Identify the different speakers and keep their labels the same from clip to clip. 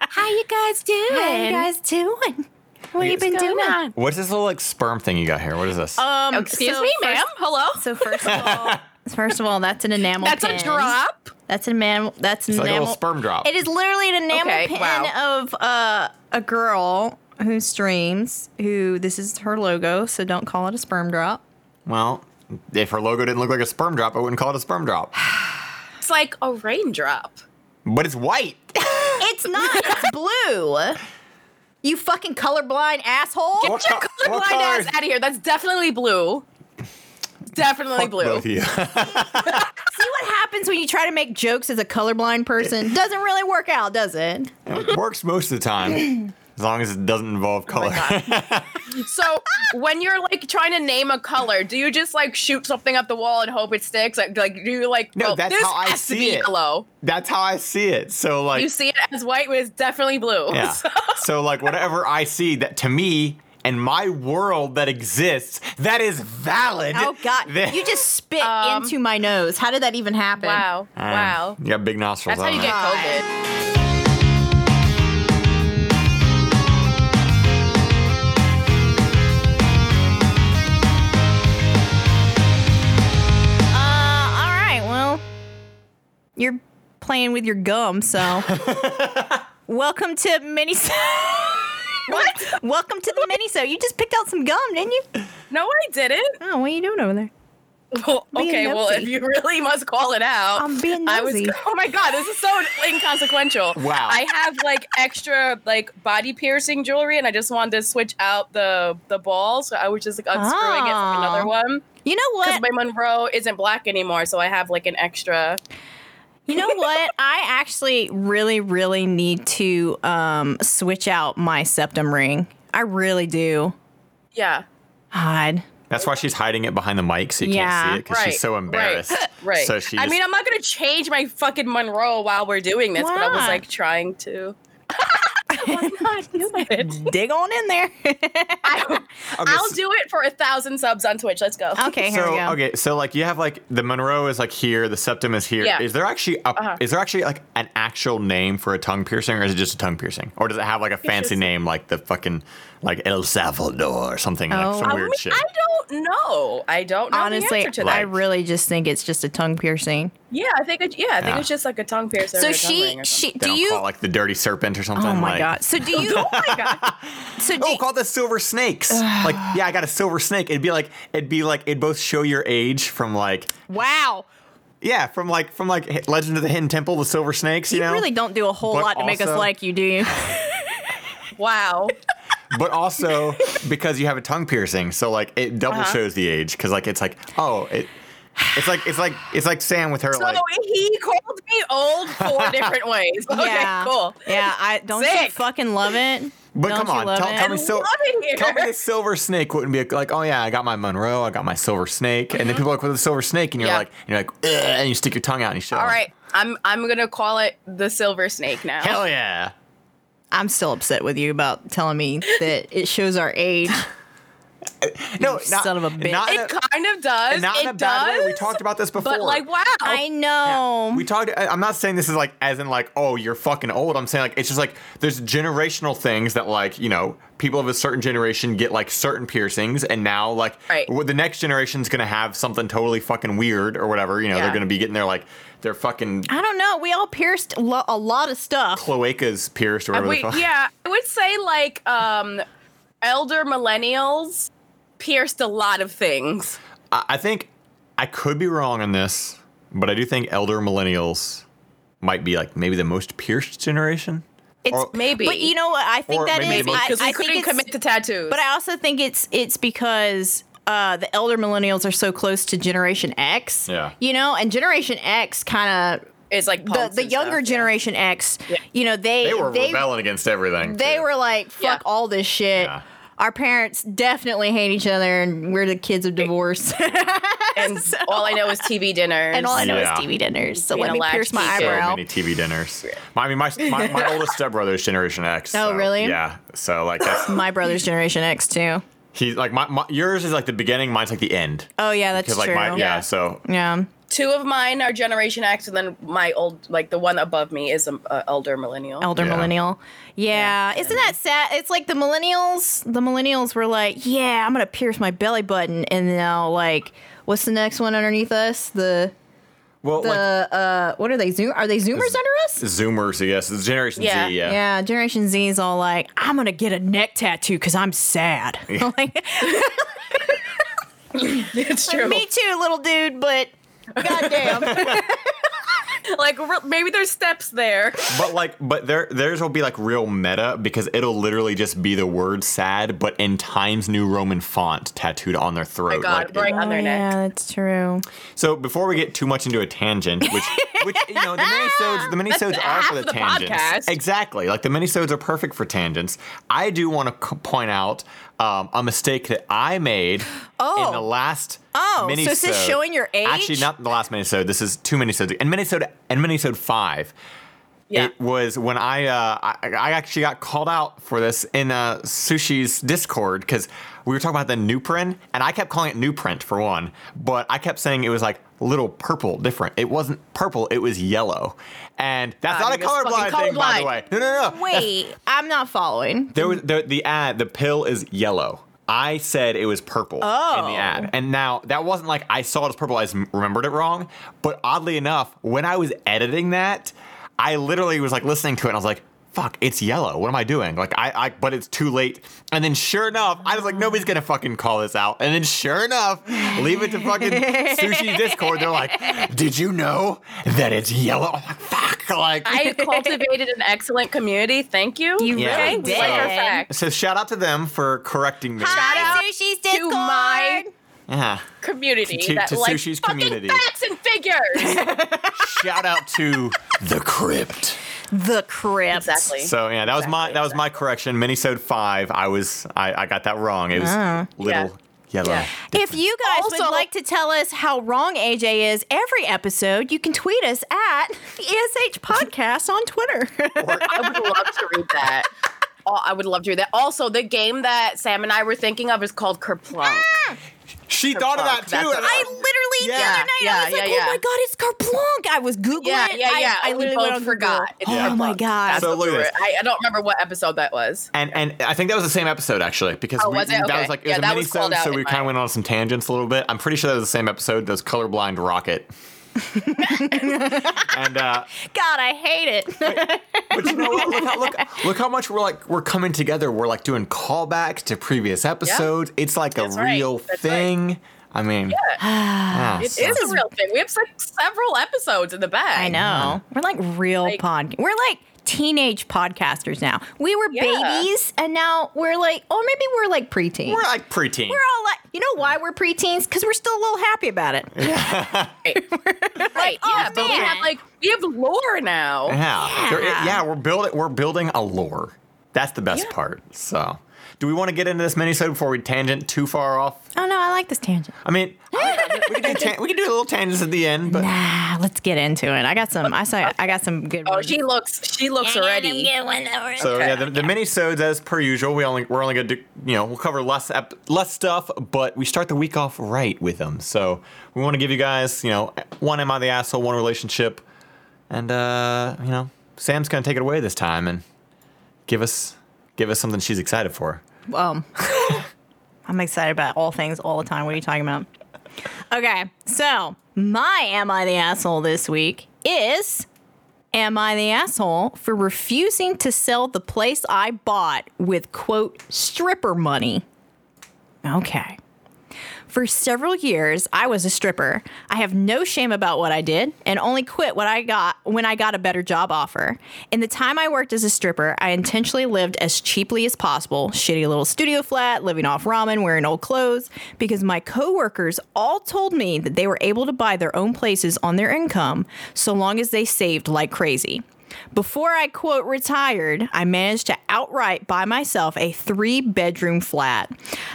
Speaker 1: guys doing?
Speaker 2: How you guys doing? What you
Speaker 3: What's
Speaker 2: been doing?
Speaker 3: What's this little like sperm thing you got here? What is this?
Speaker 1: Um,
Speaker 2: Excuse
Speaker 1: excuse
Speaker 2: me,
Speaker 1: me,
Speaker 2: ma'am?
Speaker 1: madam Hello.
Speaker 2: So first of all, first of all, that's an enamel.
Speaker 1: That's
Speaker 2: pin.
Speaker 1: a drop.
Speaker 2: That's an enamel. That's an
Speaker 3: it's like a
Speaker 2: enamel.
Speaker 3: little sperm drop.
Speaker 2: It is literally an enamel
Speaker 1: Okay,
Speaker 2: pin
Speaker 1: wow.
Speaker 2: of uh, a girl who streams. Who this is her logo, so don't call it a sperm drop.
Speaker 3: Well, if her logo didn't look like a sperm drop, I wouldn't call it a sperm drop.
Speaker 1: It's like a raindrop.
Speaker 3: But it's white.
Speaker 2: It's not. it's blue. You fucking colorblind asshole.
Speaker 3: What
Speaker 1: Get your
Speaker 3: co-
Speaker 1: colorblind
Speaker 3: what
Speaker 1: ass
Speaker 3: color-
Speaker 1: out of here. That's definitely blue. Definitely
Speaker 3: Fuck both
Speaker 1: blue.
Speaker 3: of you.
Speaker 2: See what happens when you try to make jokes as a colorblind person? Doesn't really work out, does it?
Speaker 3: it works most of the time, as long as it doesn't
Speaker 1: Oh
Speaker 3: involve color.
Speaker 1: So when you're like trying to name a color, do you just like shoot something up the wall and hope it sticks? Like, like do you like
Speaker 3: No,
Speaker 1: well,
Speaker 3: that's
Speaker 1: this
Speaker 3: how I
Speaker 1: has
Speaker 3: see
Speaker 1: to be
Speaker 3: it.
Speaker 1: yellow.
Speaker 3: That's how I see it. So like,
Speaker 1: You see it as white, but it's definitely blue.
Speaker 3: yeah.
Speaker 1: So-
Speaker 3: so like, whatever I see, that to me and my world that exists, that is valid.
Speaker 2: Oh God!
Speaker 3: That-
Speaker 2: You just spit
Speaker 1: Um,
Speaker 2: into my nose. How did that even happen?
Speaker 1: wow.
Speaker 3: Um,
Speaker 1: wow.
Speaker 3: You got big nostrils.
Speaker 1: That's how you
Speaker 3: I don't
Speaker 1: get
Speaker 3: know.
Speaker 2: God.
Speaker 1: COVID.
Speaker 2: Uh, all right. Well, you're playing with your gum, so welcome to mini. what? Welcome to the mini. So you just picked out some gum, didn't you?
Speaker 1: No, I didn't.
Speaker 2: Oh, what are you doing over there?
Speaker 1: Well,
Speaker 2: Being
Speaker 1: okay, well, if
Speaker 2: nosy.
Speaker 1: you really must call it out,
Speaker 2: I'm being
Speaker 1: I was.
Speaker 2: nosy.
Speaker 1: Oh my god, this is so inconsequential.
Speaker 3: Wow.
Speaker 1: I have like extra like body piercing jewelry, and I just wanted to switch out the the ball, so I was just like unscrewing it from
Speaker 2: Oh.
Speaker 1: another one.
Speaker 2: You know
Speaker 1: Because
Speaker 2: what?
Speaker 1: my Monroe isn't black anymore, so I have like an extra.
Speaker 2: You know what? I actually really, really need to um, switch out my septum ring. I really do.
Speaker 1: Yeah.
Speaker 2: God.
Speaker 3: That's why she's hiding it behind the mic so you
Speaker 2: Yeah,
Speaker 3: can't see it because
Speaker 1: right,
Speaker 3: she's so
Speaker 1: right,
Speaker 3: embarrassed.
Speaker 1: Right.
Speaker 3: So she.
Speaker 1: I
Speaker 3: just-
Speaker 1: mean, I'm not gonna change my fucking Monroe while we're doing this, but I was
Speaker 2: Why?
Speaker 1: like trying to. Why not do it?
Speaker 2: Dig on in there.
Speaker 3: Okay,
Speaker 1: I'll
Speaker 3: so-
Speaker 1: do it for a thousand subs on Twitch. Let's go.
Speaker 2: okay, here
Speaker 3: so
Speaker 2: we go.
Speaker 3: okay, so like you have like the Monroe is like here, the septum is here. Is
Speaker 1: Yeah.
Speaker 3: there actually a,
Speaker 1: Uh-huh.
Speaker 3: is there actually like an actual name for a tongue piercing, or is it just a tongue piercing, or does it have like a fancy
Speaker 1: just-
Speaker 3: name like the fucking like El Salvador or something
Speaker 2: Oh.
Speaker 3: like some
Speaker 2: I
Speaker 3: weird
Speaker 1: mean,
Speaker 3: shit?
Speaker 1: I don't know. I don't know the
Speaker 2: Honestly,
Speaker 1: answer to that.
Speaker 2: I
Speaker 3: that.
Speaker 2: really just think it's just a tongue piercing.
Speaker 1: yeah, I think. It, yeah, I think
Speaker 3: Yeah.
Speaker 1: it's just like a tongue piercing. or
Speaker 2: So
Speaker 1: a tongue ring
Speaker 2: she,
Speaker 1: or
Speaker 2: she,
Speaker 3: They
Speaker 2: do
Speaker 3: don't
Speaker 2: you?
Speaker 3: call it, like the dirty serpent or something?
Speaker 2: oh my
Speaker 3: like,
Speaker 2: god! So do you? oh my god! So do
Speaker 3: Oh, call it the silver snakes. like, yeah, I got a silver snake. It'd be like, it'd be like, it'd both show your age from like,
Speaker 2: wow!
Speaker 3: yeah, from like, from like H- Legend of the Hidden Temple, the silver snakes. You,
Speaker 2: You
Speaker 3: know,
Speaker 2: really don't do a whole
Speaker 3: But
Speaker 2: lot to make us
Speaker 3: also-
Speaker 2: like you, do you?
Speaker 1: something. wow.
Speaker 3: but also because you have a tongue piercing, so like it double
Speaker 1: Uh-huh.
Speaker 3: shows the age because like it's like oh it, it's like it's like it's like Sam with her
Speaker 1: So
Speaker 3: like
Speaker 1: he called me old four different ways. Okay,
Speaker 2: yeah.
Speaker 1: cool.
Speaker 2: Yeah, I don't you
Speaker 1: Sick.
Speaker 2: fucking love it.
Speaker 3: but
Speaker 2: don't
Speaker 3: come
Speaker 2: you
Speaker 3: on
Speaker 2: love
Speaker 3: tell,
Speaker 2: it?
Speaker 3: tell me so
Speaker 1: Love it
Speaker 3: tell me
Speaker 1: here.
Speaker 3: the silver snake wouldn't be like oh yeah I got my Monroe I got my silver snake and then people are like with the silver snake and you're
Speaker 1: Mm-hmm. Yeah.
Speaker 3: like and you're like Ugh, and you stick your tongue out and you show
Speaker 1: All
Speaker 3: them.
Speaker 1: right, I'm I'm gonna call it the silver snake now.
Speaker 3: hell yeah
Speaker 2: I'm still upset with you about telling me that it shows our age.
Speaker 3: no
Speaker 2: You son of a bitch.
Speaker 3: not in
Speaker 1: it
Speaker 3: a-
Speaker 1: kind of does.
Speaker 3: not
Speaker 1: it
Speaker 3: in a
Speaker 1: does.
Speaker 3: bad way. We talked about this before.
Speaker 1: but like, wow.
Speaker 2: I know.
Speaker 3: We talked. I- I'm not saying this is like as in like oh you're fucking old. I'm saying like it's just like there's generational things that like you know people of a certain generation get like certain piercings and now like
Speaker 1: Right.
Speaker 3: w- the next generation's gonna have something totally fucking weird or whatever. You know
Speaker 1: Yeah.
Speaker 3: they're gonna be getting their like their fucking
Speaker 2: I don't know. We all pierced lo- a lot of stuff.
Speaker 3: cloacas pierced or
Speaker 1: I
Speaker 3: whatever. the
Speaker 1: would-
Speaker 3: fuck.
Speaker 1: Uh, yeah, I would say like um, elder millennials pierced a lot of things.
Speaker 3: I, I think I could be wrong on this, but I do think elder millennials might be like maybe the most pierced generation.
Speaker 2: It's
Speaker 3: Or-
Speaker 1: Maybe.
Speaker 2: But you know what? I think
Speaker 3: Or
Speaker 2: that is.
Speaker 3: maybe the most-
Speaker 2: I,
Speaker 1: because we
Speaker 2: I
Speaker 1: couldn't
Speaker 2: think it's,
Speaker 1: commit to tattoos.
Speaker 2: but I also think it's it's because uh, the elder millennials are so close to Generation X.
Speaker 3: Yeah.
Speaker 2: You know, and Generation X kind
Speaker 1: it's like
Speaker 2: of the
Speaker 1: punks
Speaker 2: the
Speaker 1: and
Speaker 2: younger
Speaker 1: stuff, yeah.
Speaker 2: Generation X. You know, they
Speaker 3: They were
Speaker 2: they,
Speaker 3: rebelling against everything.
Speaker 2: they
Speaker 3: too.
Speaker 2: were like, fuck
Speaker 1: Yeah.
Speaker 2: all this shit.
Speaker 3: Yeah.
Speaker 2: Our parents definitely hate each other, and we're the kids of divorce.
Speaker 1: And all I know is TV dinners.
Speaker 2: and all I know
Speaker 3: Yeah.
Speaker 2: is TV dinners. So
Speaker 1: Being
Speaker 2: let
Speaker 1: a
Speaker 2: me pierce my
Speaker 1: latchkey
Speaker 3: so
Speaker 1: kid.
Speaker 2: eyebrow.
Speaker 3: many TV dinners. I mean, my my, my oldest stepbrother is Generation X.
Speaker 2: Oh,
Speaker 3: so,
Speaker 2: really?
Speaker 3: Yeah. So like that's
Speaker 2: My brother's Generation X too.
Speaker 3: he's like my, my yours is like the beginning, mine's like the end.
Speaker 2: Oh yeah, that's
Speaker 3: Because like
Speaker 2: true.
Speaker 3: my yeah, so
Speaker 2: yeah.
Speaker 1: two of mine are Generation X, and then my old, like the one above me, is an elder millennial.
Speaker 2: elder
Speaker 3: Yeah.
Speaker 2: millennial. Yeah. isn't that sad? It's like the millennials. The millennials were like, "Yeah, I'm gonna pierce my belly button," and now like, what's the next one underneath us? The
Speaker 3: Well,
Speaker 2: the uh, what are they? Zoom? Are they Zoomers
Speaker 3: Is-
Speaker 2: under us?
Speaker 3: like Zoomers, yes, it's Generation
Speaker 1: Yeah.
Speaker 3: Z, yeah.
Speaker 2: Yeah, Generation Z is all like, "I'm gonna get a neck tattoo because I'm sad." like,
Speaker 1: it's true.
Speaker 2: me too, little dude, but. Goddamn.
Speaker 1: like re- maybe there's steps there.
Speaker 3: But like, but there, theirs will be like real meta because it'll literally just be the word "sad," but in Times New Roman font tattooed on their throat.
Speaker 1: God,
Speaker 3: like,
Speaker 1: right.
Speaker 2: Oh,
Speaker 1: On their neck.
Speaker 2: yeah, that's true.
Speaker 3: So before we get too much into a tangent, which which you know the minisodes the minisodes are
Speaker 1: half
Speaker 3: for the,
Speaker 1: of the
Speaker 3: tangents
Speaker 1: podcast.
Speaker 3: exactly like the minisodes are perfect for tangents. I do want to c- point out um, a mistake that I made in the
Speaker 2: Oh.
Speaker 3: last
Speaker 2: Oh, so is this
Speaker 3: minisode.
Speaker 2: showing your age?
Speaker 3: Actually, not the last minisode. This is two minisodes and minisode and minisode five.
Speaker 1: Yeah.
Speaker 3: It was when I, uh, I I actually got called out for this in uh, Sushi's Discord because we were talking about the new print, and I kept calling it new print for one, but I kept saying it was like little purple different. It wasn't purple; it was yellow, and that's
Speaker 1: Ah,
Speaker 3: not a
Speaker 1: you're fucking
Speaker 3: colorblind, thing, by the
Speaker 1: colorblind.
Speaker 3: way. No, no, no. That's-
Speaker 2: Wait, I'm not following.
Speaker 3: there was the, the ad. The pill is yellow. I said it was purple in
Speaker 2: Oh.
Speaker 3: the ad, and now that wasn't like I saw it as purple. I just remembered it wrong. But oddly enough, when I was editing that, I literally was like listening to it, and I was like. Fuck, it's yellow. What am I doing? Like, I, I, but it's too late. And then, sure enough, I was like, nobody's gonna fucking call this out. And then, sure enough, leave it to fucking sushi Discord. They're like, did you know that it's yellow? I'm like, fuck, like,
Speaker 1: I cultivated an excellent community. Thank you.
Speaker 2: You
Speaker 3: Yeah.
Speaker 1: Okay,
Speaker 2: really
Speaker 1: we
Speaker 2: did.
Speaker 1: like our facts.
Speaker 3: so shout out to them for correcting me.
Speaker 2: Hi, Sushi's
Speaker 1: to
Speaker 2: Discord.
Speaker 1: my
Speaker 3: Yeah.
Speaker 1: community
Speaker 3: To-
Speaker 1: that
Speaker 3: to
Speaker 1: likes
Speaker 3: Sushi's
Speaker 1: fucking
Speaker 3: community.
Speaker 1: facts and figures.
Speaker 3: Shout out to the crypt.
Speaker 2: the crypt.
Speaker 1: exactly.
Speaker 3: So yeah, that was my
Speaker 1: Exactly,
Speaker 3: that was my correction. Minisode five. I was I, I got that wrong. It was little yellow.
Speaker 1: Uh-huh. Yeah.
Speaker 2: If you guys would
Speaker 1: Also-
Speaker 2: like to tell us how wrong AJ is every episode, you can tweet us at the ESH Podcast on Twitter.
Speaker 1: I would love to read that. Oh, I would love to read that. Also, the game that Sam and I were thinking of is called Kerplunk.
Speaker 3: She thought of that
Speaker 1: Fuck,
Speaker 3: too.
Speaker 1: that's
Speaker 3: and
Speaker 1: a-
Speaker 2: I literally the
Speaker 3: Yeah,
Speaker 2: other night I
Speaker 1: yeah,
Speaker 2: was like,
Speaker 1: yeah,
Speaker 2: oh my
Speaker 1: yeah.
Speaker 2: god, it's Carplunk. I was googling
Speaker 1: Yeah,
Speaker 2: it.
Speaker 1: yeah,
Speaker 2: I-
Speaker 1: yeah.
Speaker 2: I,
Speaker 1: we
Speaker 2: literally went
Speaker 1: both
Speaker 2: on
Speaker 1: forgot.
Speaker 2: Google. Oh my
Speaker 1: Kerplunk.
Speaker 2: god.
Speaker 1: That's
Speaker 3: So
Speaker 1: what
Speaker 3: look
Speaker 1: we
Speaker 3: at
Speaker 1: were-
Speaker 3: this.
Speaker 1: I, I don't remember what episode that was.
Speaker 3: and and I think that was the same episode actually because
Speaker 1: Oh,
Speaker 3: we,
Speaker 1: was it?
Speaker 3: that
Speaker 1: Okay.
Speaker 3: was like it
Speaker 1: Yeah,
Speaker 3: was
Speaker 1: that
Speaker 3: a
Speaker 1: was called
Speaker 3: minisode,
Speaker 1: out
Speaker 3: so
Speaker 1: in
Speaker 3: we kind
Speaker 1: mine.
Speaker 3: of went on some tangents a little bit. I'm pretty sure that was the same episode. Those colorblind rocket. and uh,
Speaker 2: God, I hate it.
Speaker 3: But you know what? Look how, look, look how much we're like we're coming together. We're like doing callbacks to previous episodes. It's like
Speaker 1: That's
Speaker 3: a
Speaker 1: right.
Speaker 3: real
Speaker 1: That's right.
Speaker 3: thing. I mean, yeah,
Speaker 1: It is
Speaker 3: so-
Speaker 1: a real thing. We have like several episodes in the bag.
Speaker 2: I know. We're like real
Speaker 1: Like-
Speaker 2: pod. We're like teenage podcasters now. We were
Speaker 1: Yeah.
Speaker 2: babies, and now we're like, oh, maybe we're like preteens.
Speaker 3: we're like preteen.
Speaker 2: We're all like, you know why we're preteens? Because we're still a little happy about it.
Speaker 1: Right? yeah, but we
Speaker 2: man.
Speaker 1: have like we have lore now.
Speaker 3: yeah, There-
Speaker 2: Yeah.
Speaker 3: yeah. We're building. We're building a lore. That's the best
Speaker 1: Yeah.
Speaker 3: part. So, do we want to get into this minisode before we tangent too far off?
Speaker 2: Oh no, I like this tangent.
Speaker 3: I mean, we can do tan- we can do a little tangents at the end, but
Speaker 2: Nah, let's get into it. I got some. I saw. I got some good.
Speaker 1: Oh,
Speaker 2: ones.
Speaker 1: she looks. She looks already.
Speaker 3: So
Speaker 1: Okay.
Speaker 3: yeah, the, the minisodes as per usual. We only we're only gonna do, you know we'll cover less ep- less stuff, but we start the week off right with them. So we want to give you guys you know one am I the asshole, one relationship, and uh, you know Sam's gonna take it away this time and give us give us something she's excited for.
Speaker 2: Um, I'm excited about all things all the time. What are you talking about? Okay, so my am I the asshole this week is am I the asshole for refusing to sell the place I bought with quote stripper money? Okay. For several years, I was a stripper. I have no shame about what I did and only quit what I got when I got a better job offer. In the time I worked as a stripper, I intentionally lived as cheaply as possible, shitty little studio flat, living off ramen, wearing old clothes, because my coworkers all told me that they were able to buy their own places on their income so long as they saved like crazy. Before I quote retired, I managed to outright buy myself a three bedroom flat.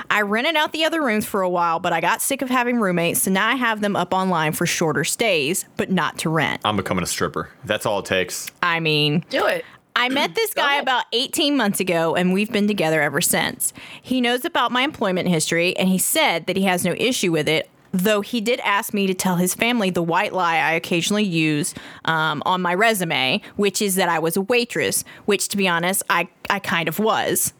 Speaker 2: I rented out the other rooms for a while, but I got sick of having roommates, so now I have them up online for shorter stays, but not to rent.
Speaker 3: I'm becoming a stripper. That's all it takes.
Speaker 2: I mean,
Speaker 1: Do it.
Speaker 2: I met this guy
Speaker 1: ahead.
Speaker 2: about 18 months ago, and we've been together ever since. He knows about my employment history, and he said that he has no issue with it. Though he did ask me to tell his family the white lie I occasionally use um, on my resume, which is that I was a waitress, which to be honest, I, I kind of was.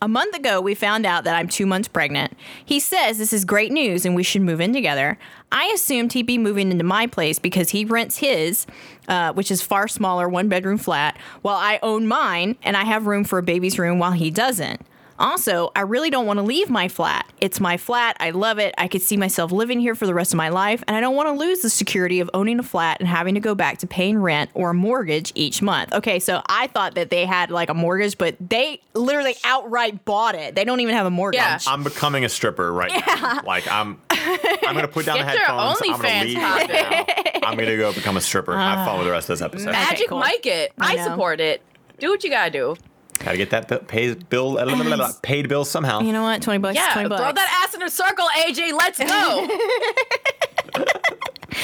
Speaker 2: A month ago, we found out that I'm two months pregnant. He says this is great news and we should move in together. I assumed he'd be moving into my place because he rents his, uh, which is far smaller, one bedroom flat, while I own mine and I have room for a baby's room while he doesn't. Also, I really don't want to leave my flat. It's my flat. I love it. I could see myself living here for the rest of my life, and I don't want to lose the security of owning a flat and having to go back to paying rent or a mortgage each month. Okay, so I thought that they had like a mortgage, but they literally outright bought it. They don't even have a mortgage.
Speaker 1: Yeah.
Speaker 3: I'm becoming a stripper right now. Like I'm, I'm gonna put down
Speaker 1: Get
Speaker 3: the
Speaker 1: your
Speaker 3: headphones. I'm gonna
Speaker 1: OnlyFans
Speaker 3: leave
Speaker 1: popped
Speaker 3: right now. I'm gonna go become a stripper. Have fun with the rest of this episode.
Speaker 1: Magic
Speaker 2: cool.
Speaker 1: Mike it. I,
Speaker 2: I know.
Speaker 1: support it. Do what you gotta do.
Speaker 3: Gotta get that bill, pay bill, uh, blah, blah, blah, blah, paid bill somehow.
Speaker 2: You know what? 20 bucks, is
Speaker 1: Yeah,
Speaker 2: 20
Speaker 1: throw
Speaker 2: bucks.
Speaker 1: that ass in a circle, AJ. Let's go.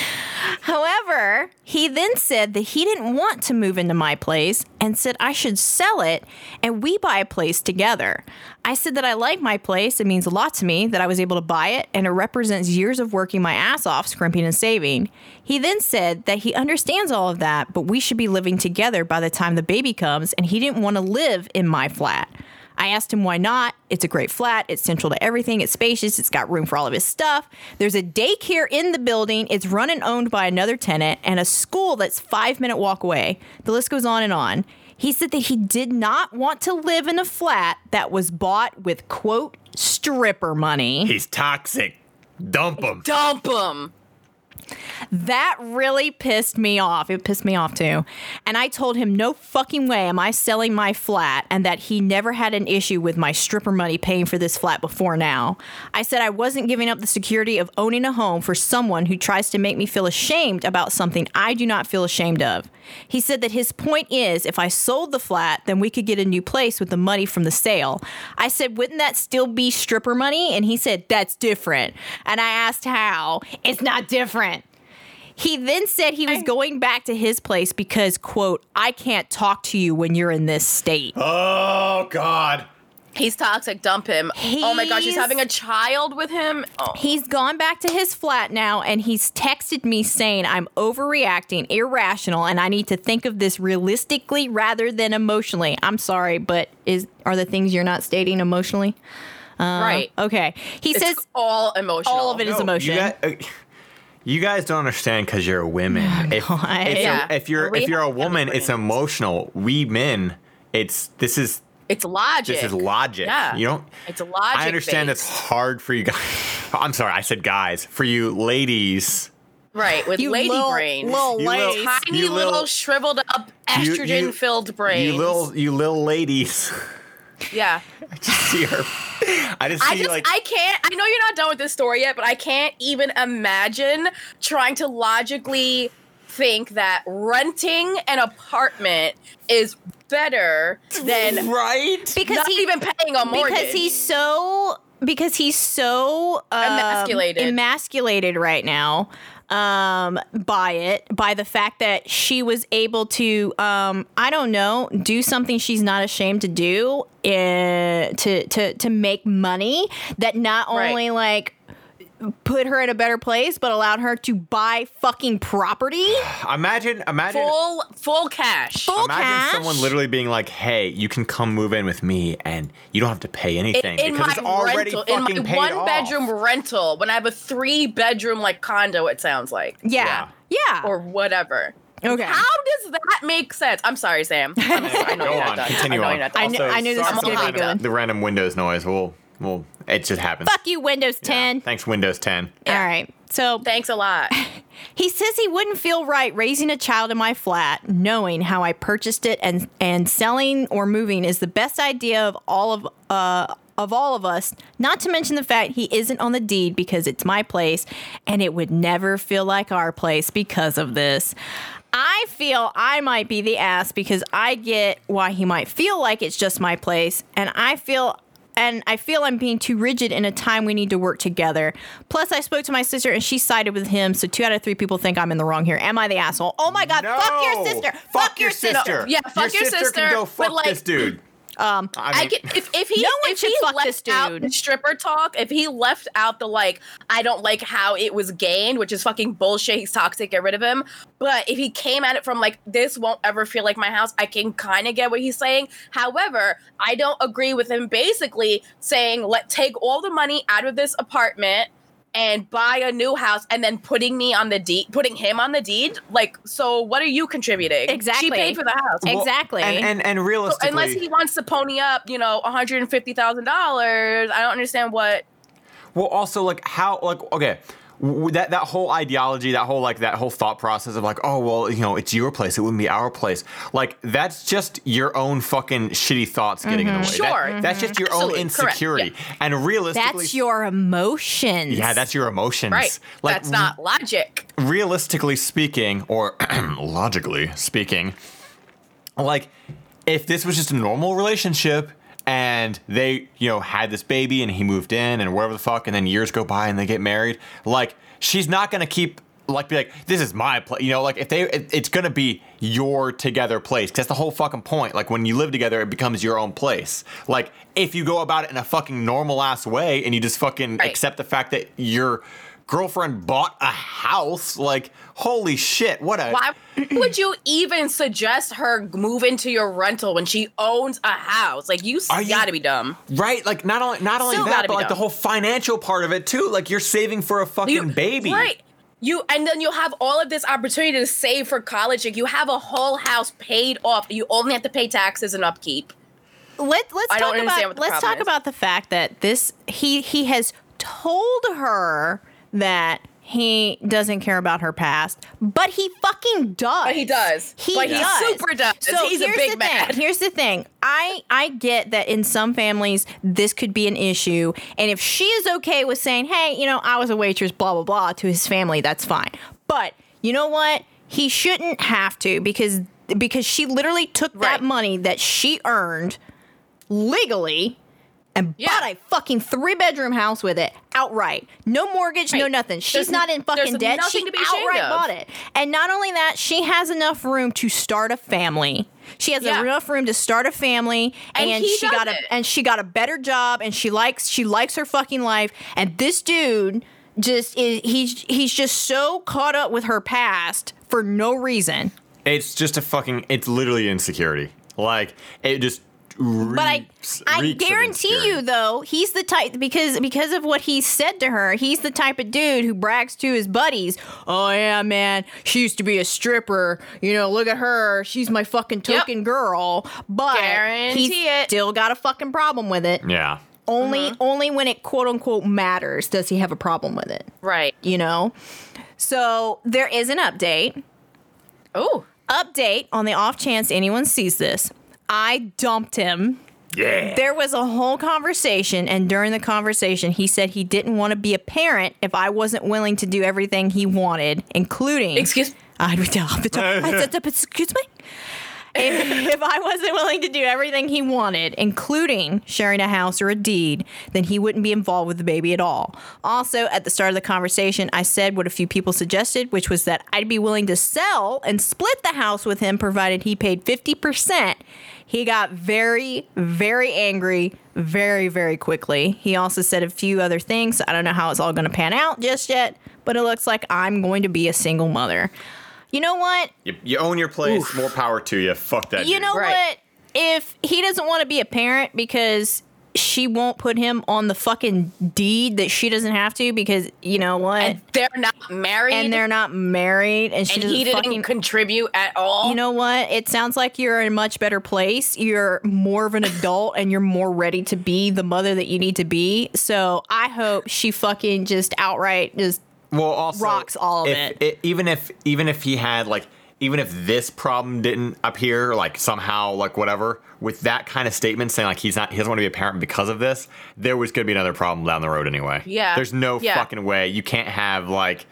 Speaker 2: However, he then said that he didn't want to move into my place and said I should sell it and we buy a place together. I said that I like my place. It means a lot to me that I was able to buy it and it represents years of working my ass off, scrimping and saving. He then said that he understands all of that, but we should be living together by the time the baby comes and he didn't want to live in my flat. I asked him why not. It's a great flat. It's central to everything. It's spacious. It's got room for all of his stuff. There's a daycare in the building. It's run and owned by another tenant and a school that's five minute walk away. The list goes on and on. He said that he did not want to live in a flat that was bought with quote stripper money.
Speaker 3: He's toxic. Dump him.
Speaker 1: Dump him.
Speaker 2: That really pissed me off. It pissed me off too. And I told him no fucking way am I selling my flat and that he never had an issue with my stripper money paying for this flat before now. I said I wasn't giving up the security of owning a home for someone who tries to make me feel ashamed about something I do not feel ashamed of. He said that his point is if I sold the flat, then we could get a new place with the money from the sale. I said, wouldn't that still be stripper money? And he said, that's different. And I asked how. It's not different. He then said he was going back to his place because, quote, I can't talk to you when you're in this state.
Speaker 3: Oh God.
Speaker 1: He's toxic. Dump him. oh my gosh,
Speaker 2: He's-
Speaker 1: she's having a child with him. Oh.
Speaker 2: He's gone back to his flat now and he's texted me saying I'm overreacting, irrational, and I need to think of this realistically rather than emotionally. I'm sorry, but is are the things you're not stating emotionally?
Speaker 1: right.
Speaker 2: Okay. He
Speaker 1: It's
Speaker 2: Uh-huh. Oh, says
Speaker 1: all emotional.
Speaker 2: all of it is
Speaker 3: No,
Speaker 2: emotion.
Speaker 3: You guys, uh, you guys don't understand because you're women. if,
Speaker 2: God.
Speaker 3: if,
Speaker 1: Yeah.
Speaker 3: you're, if you're
Speaker 1: We
Speaker 3: if you're a
Speaker 1: have
Speaker 3: woman, it's
Speaker 1: brains.
Speaker 3: emotional. We men, it's this is
Speaker 1: It's logic.
Speaker 3: this is logic.
Speaker 1: Yeah.
Speaker 3: You don't.
Speaker 1: It's logic.
Speaker 3: I understand
Speaker 1: based.
Speaker 3: that's hard for you guys. I'm sorry, I said guys. For you ladies,
Speaker 1: Right, with
Speaker 2: You
Speaker 1: lady
Speaker 2: little-
Speaker 1: brains.
Speaker 2: little
Speaker 3: You little-
Speaker 2: ladies.
Speaker 1: tiny
Speaker 3: You
Speaker 1: little,
Speaker 3: little-
Speaker 1: shriveled up
Speaker 3: you- you-
Speaker 1: estrogen filled brains.
Speaker 3: you little you little ladies.
Speaker 1: yeah.
Speaker 3: I just see her. I just see
Speaker 1: I just
Speaker 3: like
Speaker 1: I can't I know you're not done with this story yet, but I can't even imagine trying to logically think that renting an apartment is better than
Speaker 3: right.
Speaker 2: because
Speaker 1: not
Speaker 2: he
Speaker 1: even paying a mortgage.
Speaker 2: because he's so because he's so um,
Speaker 1: Emasculated.
Speaker 2: emasculated right now um by it by the fact that she was able to um i don't know do something she's not ashamed to do eh, to to to make money that not
Speaker 1: Right.
Speaker 2: only like put her in a better place but allowed her to buy fucking property
Speaker 3: Imagine imagine
Speaker 1: full full cash.
Speaker 2: full
Speaker 3: Imagine
Speaker 2: cash
Speaker 3: someone literally being like, "Hey, you can come move in with me, and you don't have to pay
Speaker 1: in,
Speaker 3: anything
Speaker 1: in
Speaker 3: because
Speaker 1: my
Speaker 3: it's already
Speaker 1: rental, in
Speaker 3: fucking
Speaker 1: my
Speaker 3: paid
Speaker 1: one
Speaker 3: off."
Speaker 1: bedroom rental, when I have a three bedroom like condo, it sounds like,
Speaker 2: yeah yeah,
Speaker 1: or whatever.
Speaker 2: okay
Speaker 1: How does that make sense? I'm sorry, Sam. I'm sorry. I know
Speaker 3: Go
Speaker 1: you're not
Speaker 3: on,
Speaker 1: done.
Speaker 3: continue
Speaker 1: I know
Speaker 3: on.
Speaker 1: you're not
Speaker 2: I
Speaker 1: done.
Speaker 2: kn- Also, I knew this
Speaker 3: sorry
Speaker 1: was gonna
Speaker 3: for
Speaker 1: be a
Speaker 3: the
Speaker 1: good
Speaker 3: random-
Speaker 1: one.
Speaker 3: The random Windows noise. Well, well, it just happens.
Speaker 2: fuck you windows 10
Speaker 3: Yeah. Thanks, Windows 10.
Speaker 2: all right so
Speaker 1: Thanks a lot.
Speaker 2: He says he wouldn't feel right raising a child in my flat, knowing how I purchased it and and selling or moving is the best idea of all of uh of all of us, not to mention the fact he isn't on the deed because it's my place and it would never feel like our place because of this. I feel I might be the ass because I get why he might feel like it's just my place and I feel and I feel I'm being too rigid in a time we need to work together. Plus, I spoke to my sister and she sided with him, so two out of three people think I'm in the wrong here. Am I the asshole? Oh my god!
Speaker 3: No!
Speaker 2: Fuck your sister!
Speaker 3: Fuck your sister!
Speaker 1: Yeah, fuck your
Speaker 3: Your sister
Speaker 1: sister,
Speaker 3: can go
Speaker 1: but,
Speaker 3: fuck
Speaker 1: like-
Speaker 3: this dude.
Speaker 2: Um,
Speaker 3: I
Speaker 1: I,
Speaker 3: mean,
Speaker 1: get if, if he
Speaker 2: No one
Speaker 1: if
Speaker 2: should
Speaker 1: he
Speaker 2: fuck
Speaker 1: left
Speaker 2: this
Speaker 1: out
Speaker 2: dude.
Speaker 1: the stripper talk, if he left out the like, I don't like how it was gained, which is fucking bullshit. He's toxic. Get rid of him. But if he came at it from like, this won't ever feel like my house, I can kind of get what he's saying. However, I don't agree with him basically saying, let take all the money out of this apartment and buy a new house and then putting me on the deed putting him on the deed like so what are you contributing
Speaker 2: Exactly.
Speaker 1: she paid for the house
Speaker 3: well,
Speaker 2: exactly.
Speaker 3: and and, and
Speaker 1: so
Speaker 3: realistically,
Speaker 1: unless he wants to pony up, you know, one hundred and fifty thousand dollars, I don't understand what.
Speaker 3: Well, also like how like okay. w- That, that whole ideology, that whole like that whole thought process of like, oh well, you know, it's your place, it wouldn't be our place. Like that's just your own fucking shitty thoughts getting in the way. That-
Speaker 1: Mm-hmm. Sure.
Speaker 3: that's just your own
Speaker 1: Absolutely. Correct.
Speaker 3: insecurity. And realistically,
Speaker 2: that's your emotions.
Speaker 3: yeah, that's your emotions.
Speaker 1: Right.
Speaker 3: Like mm-hmm.
Speaker 1: That's not logic.
Speaker 3: realistically speaking, or logically speaking, like if this was just a normal relationship and they, you know, had this baby and he moved in and whatever the fuck, and then years go by and they get married, like she's not gonna keep like be like this is my place, you know, like if they, it, it's gonna be your together place. 'Cause that's the whole fucking point. Like when you live together, it becomes your own place. Like if you go about it in a fucking normal ass way and you just fucking
Speaker 1: Right.
Speaker 3: accept the fact that your girlfriend bought a house, like holy shit, what a
Speaker 1: Why would you even suggest her move into your rental when she owns a house? Like you,
Speaker 3: Are you-
Speaker 1: gotta be dumb.
Speaker 3: Right, like not only not only
Speaker 1: Still
Speaker 3: that,
Speaker 1: gotta
Speaker 3: but
Speaker 1: be
Speaker 3: like the
Speaker 1: done.
Speaker 3: whole financial part of it too. Like you're saving for a fucking
Speaker 1: You-
Speaker 3: baby,
Speaker 1: right? You and then you'll have all of this opportunity to save for college. Like you have a whole house paid off. You only have to pay taxes and upkeep.
Speaker 2: Let let's
Speaker 1: I don't
Speaker 2: talk
Speaker 1: understand
Speaker 2: about
Speaker 1: what the
Speaker 2: let's
Speaker 1: problem
Speaker 2: talk
Speaker 1: is.
Speaker 2: about the fact that this he he has told her that he doesn't care about her past, but he fucking does.
Speaker 1: But he does.
Speaker 2: He
Speaker 1: But he
Speaker 2: does.
Speaker 1: super does.
Speaker 2: So
Speaker 1: He's a
Speaker 2: here's
Speaker 1: big
Speaker 2: the
Speaker 1: man.
Speaker 2: thing. Here's the thing. I I get that in some families this could be an issue, and if she is okay with saying, "Hey, you know, I was a waitress," blah blah blah, to his family, that's fine. But you know what? He shouldn't have to because because she literally took that
Speaker 1: Right.
Speaker 2: money that she earned legally and
Speaker 1: Yeah.
Speaker 2: bought a fucking three bedroom house with it outright. No mortgage, no
Speaker 1: Right.
Speaker 2: nothing. She's
Speaker 1: There's-
Speaker 2: not in fucking
Speaker 1: there's
Speaker 2: debt.
Speaker 1: nothing
Speaker 2: She
Speaker 1: to be ashamed
Speaker 2: outright
Speaker 1: of.
Speaker 2: bought it. And not only that, she has enough room to start a family. She has
Speaker 1: Yeah.
Speaker 2: enough room to start a family and,
Speaker 1: And he
Speaker 2: she got a
Speaker 1: doesn't.
Speaker 2: and she got a better job and she likes she likes her fucking life and this dude just is he's he's just so caught up with her past for no reason.
Speaker 3: It's just a fucking. It's literally insecurity. Like it just.
Speaker 2: But I, I guarantee you though, he's the type because because of what he said to her, he's the type of dude who brags to his buddies, "Oh yeah, man, she used to be a stripper. You know, look at her. She's my fucking
Speaker 1: Yep.
Speaker 2: token girl." But
Speaker 1: Guarantee
Speaker 2: he's
Speaker 1: it. Uh-huh.
Speaker 2: still got a fucking problem with it.
Speaker 3: Yeah.
Speaker 2: Only only when it quote unquote matters does he have a problem with it,
Speaker 1: Right.
Speaker 2: you know? So, there is an update
Speaker 1: Oh,
Speaker 2: update on the off chance anyone sees this. I dumped him.
Speaker 3: Yeah.
Speaker 2: There was a whole conversation, and during the conversation, he said he didn't want to be a parent if I wasn't willing to do everything he wanted, including.
Speaker 1: excuse.
Speaker 2: I would tell. Excuse me. If, if I wasn't willing to do everything he wanted, including sharing a house or a deed, then he wouldn't be involved with the baby at all. Also, at the start of the conversation, I said what a few people suggested, which was that I'd be willing to sell and split the house with him provided he paid 50%. He got very, very angry very, very quickly. He also said a few other things. I don't know how it's all going to pan out just yet, but it looks like I'm going to be a single mother. You know what?
Speaker 3: You, you own your place. More power to you. Fuck that.
Speaker 2: You
Speaker 3: dude.
Speaker 2: know
Speaker 1: Right.
Speaker 2: what? If he doesn't want to be a parent because she won't put him on the fucking deed that she doesn't have to because you know what?
Speaker 1: And
Speaker 2: And,
Speaker 1: they're not married.
Speaker 2: they're not married, and she
Speaker 1: and
Speaker 2: doesn't
Speaker 1: he didn't
Speaker 2: fucking.
Speaker 1: contribute at all.
Speaker 2: you know what? It sounds like you're in a much better place. You're more of an adult and you're more ready to be the mother that you need to be. So I hope she fucking just outright just
Speaker 3: Well, also
Speaker 2: rocks all of
Speaker 3: if,
Speaker 2: it.
Speaker 3: Even if even if he had like even if this problem didn't appear like somehow like whatever with that kind of statement saying like he's not he doesn't want to be a parent because of this, there was going to be another problem down the road anyway.
Speaker 1: Yeah.
Speaker 3: There's no
Speaker 1: Yeah.
Speaker 3: fucking way you can't have like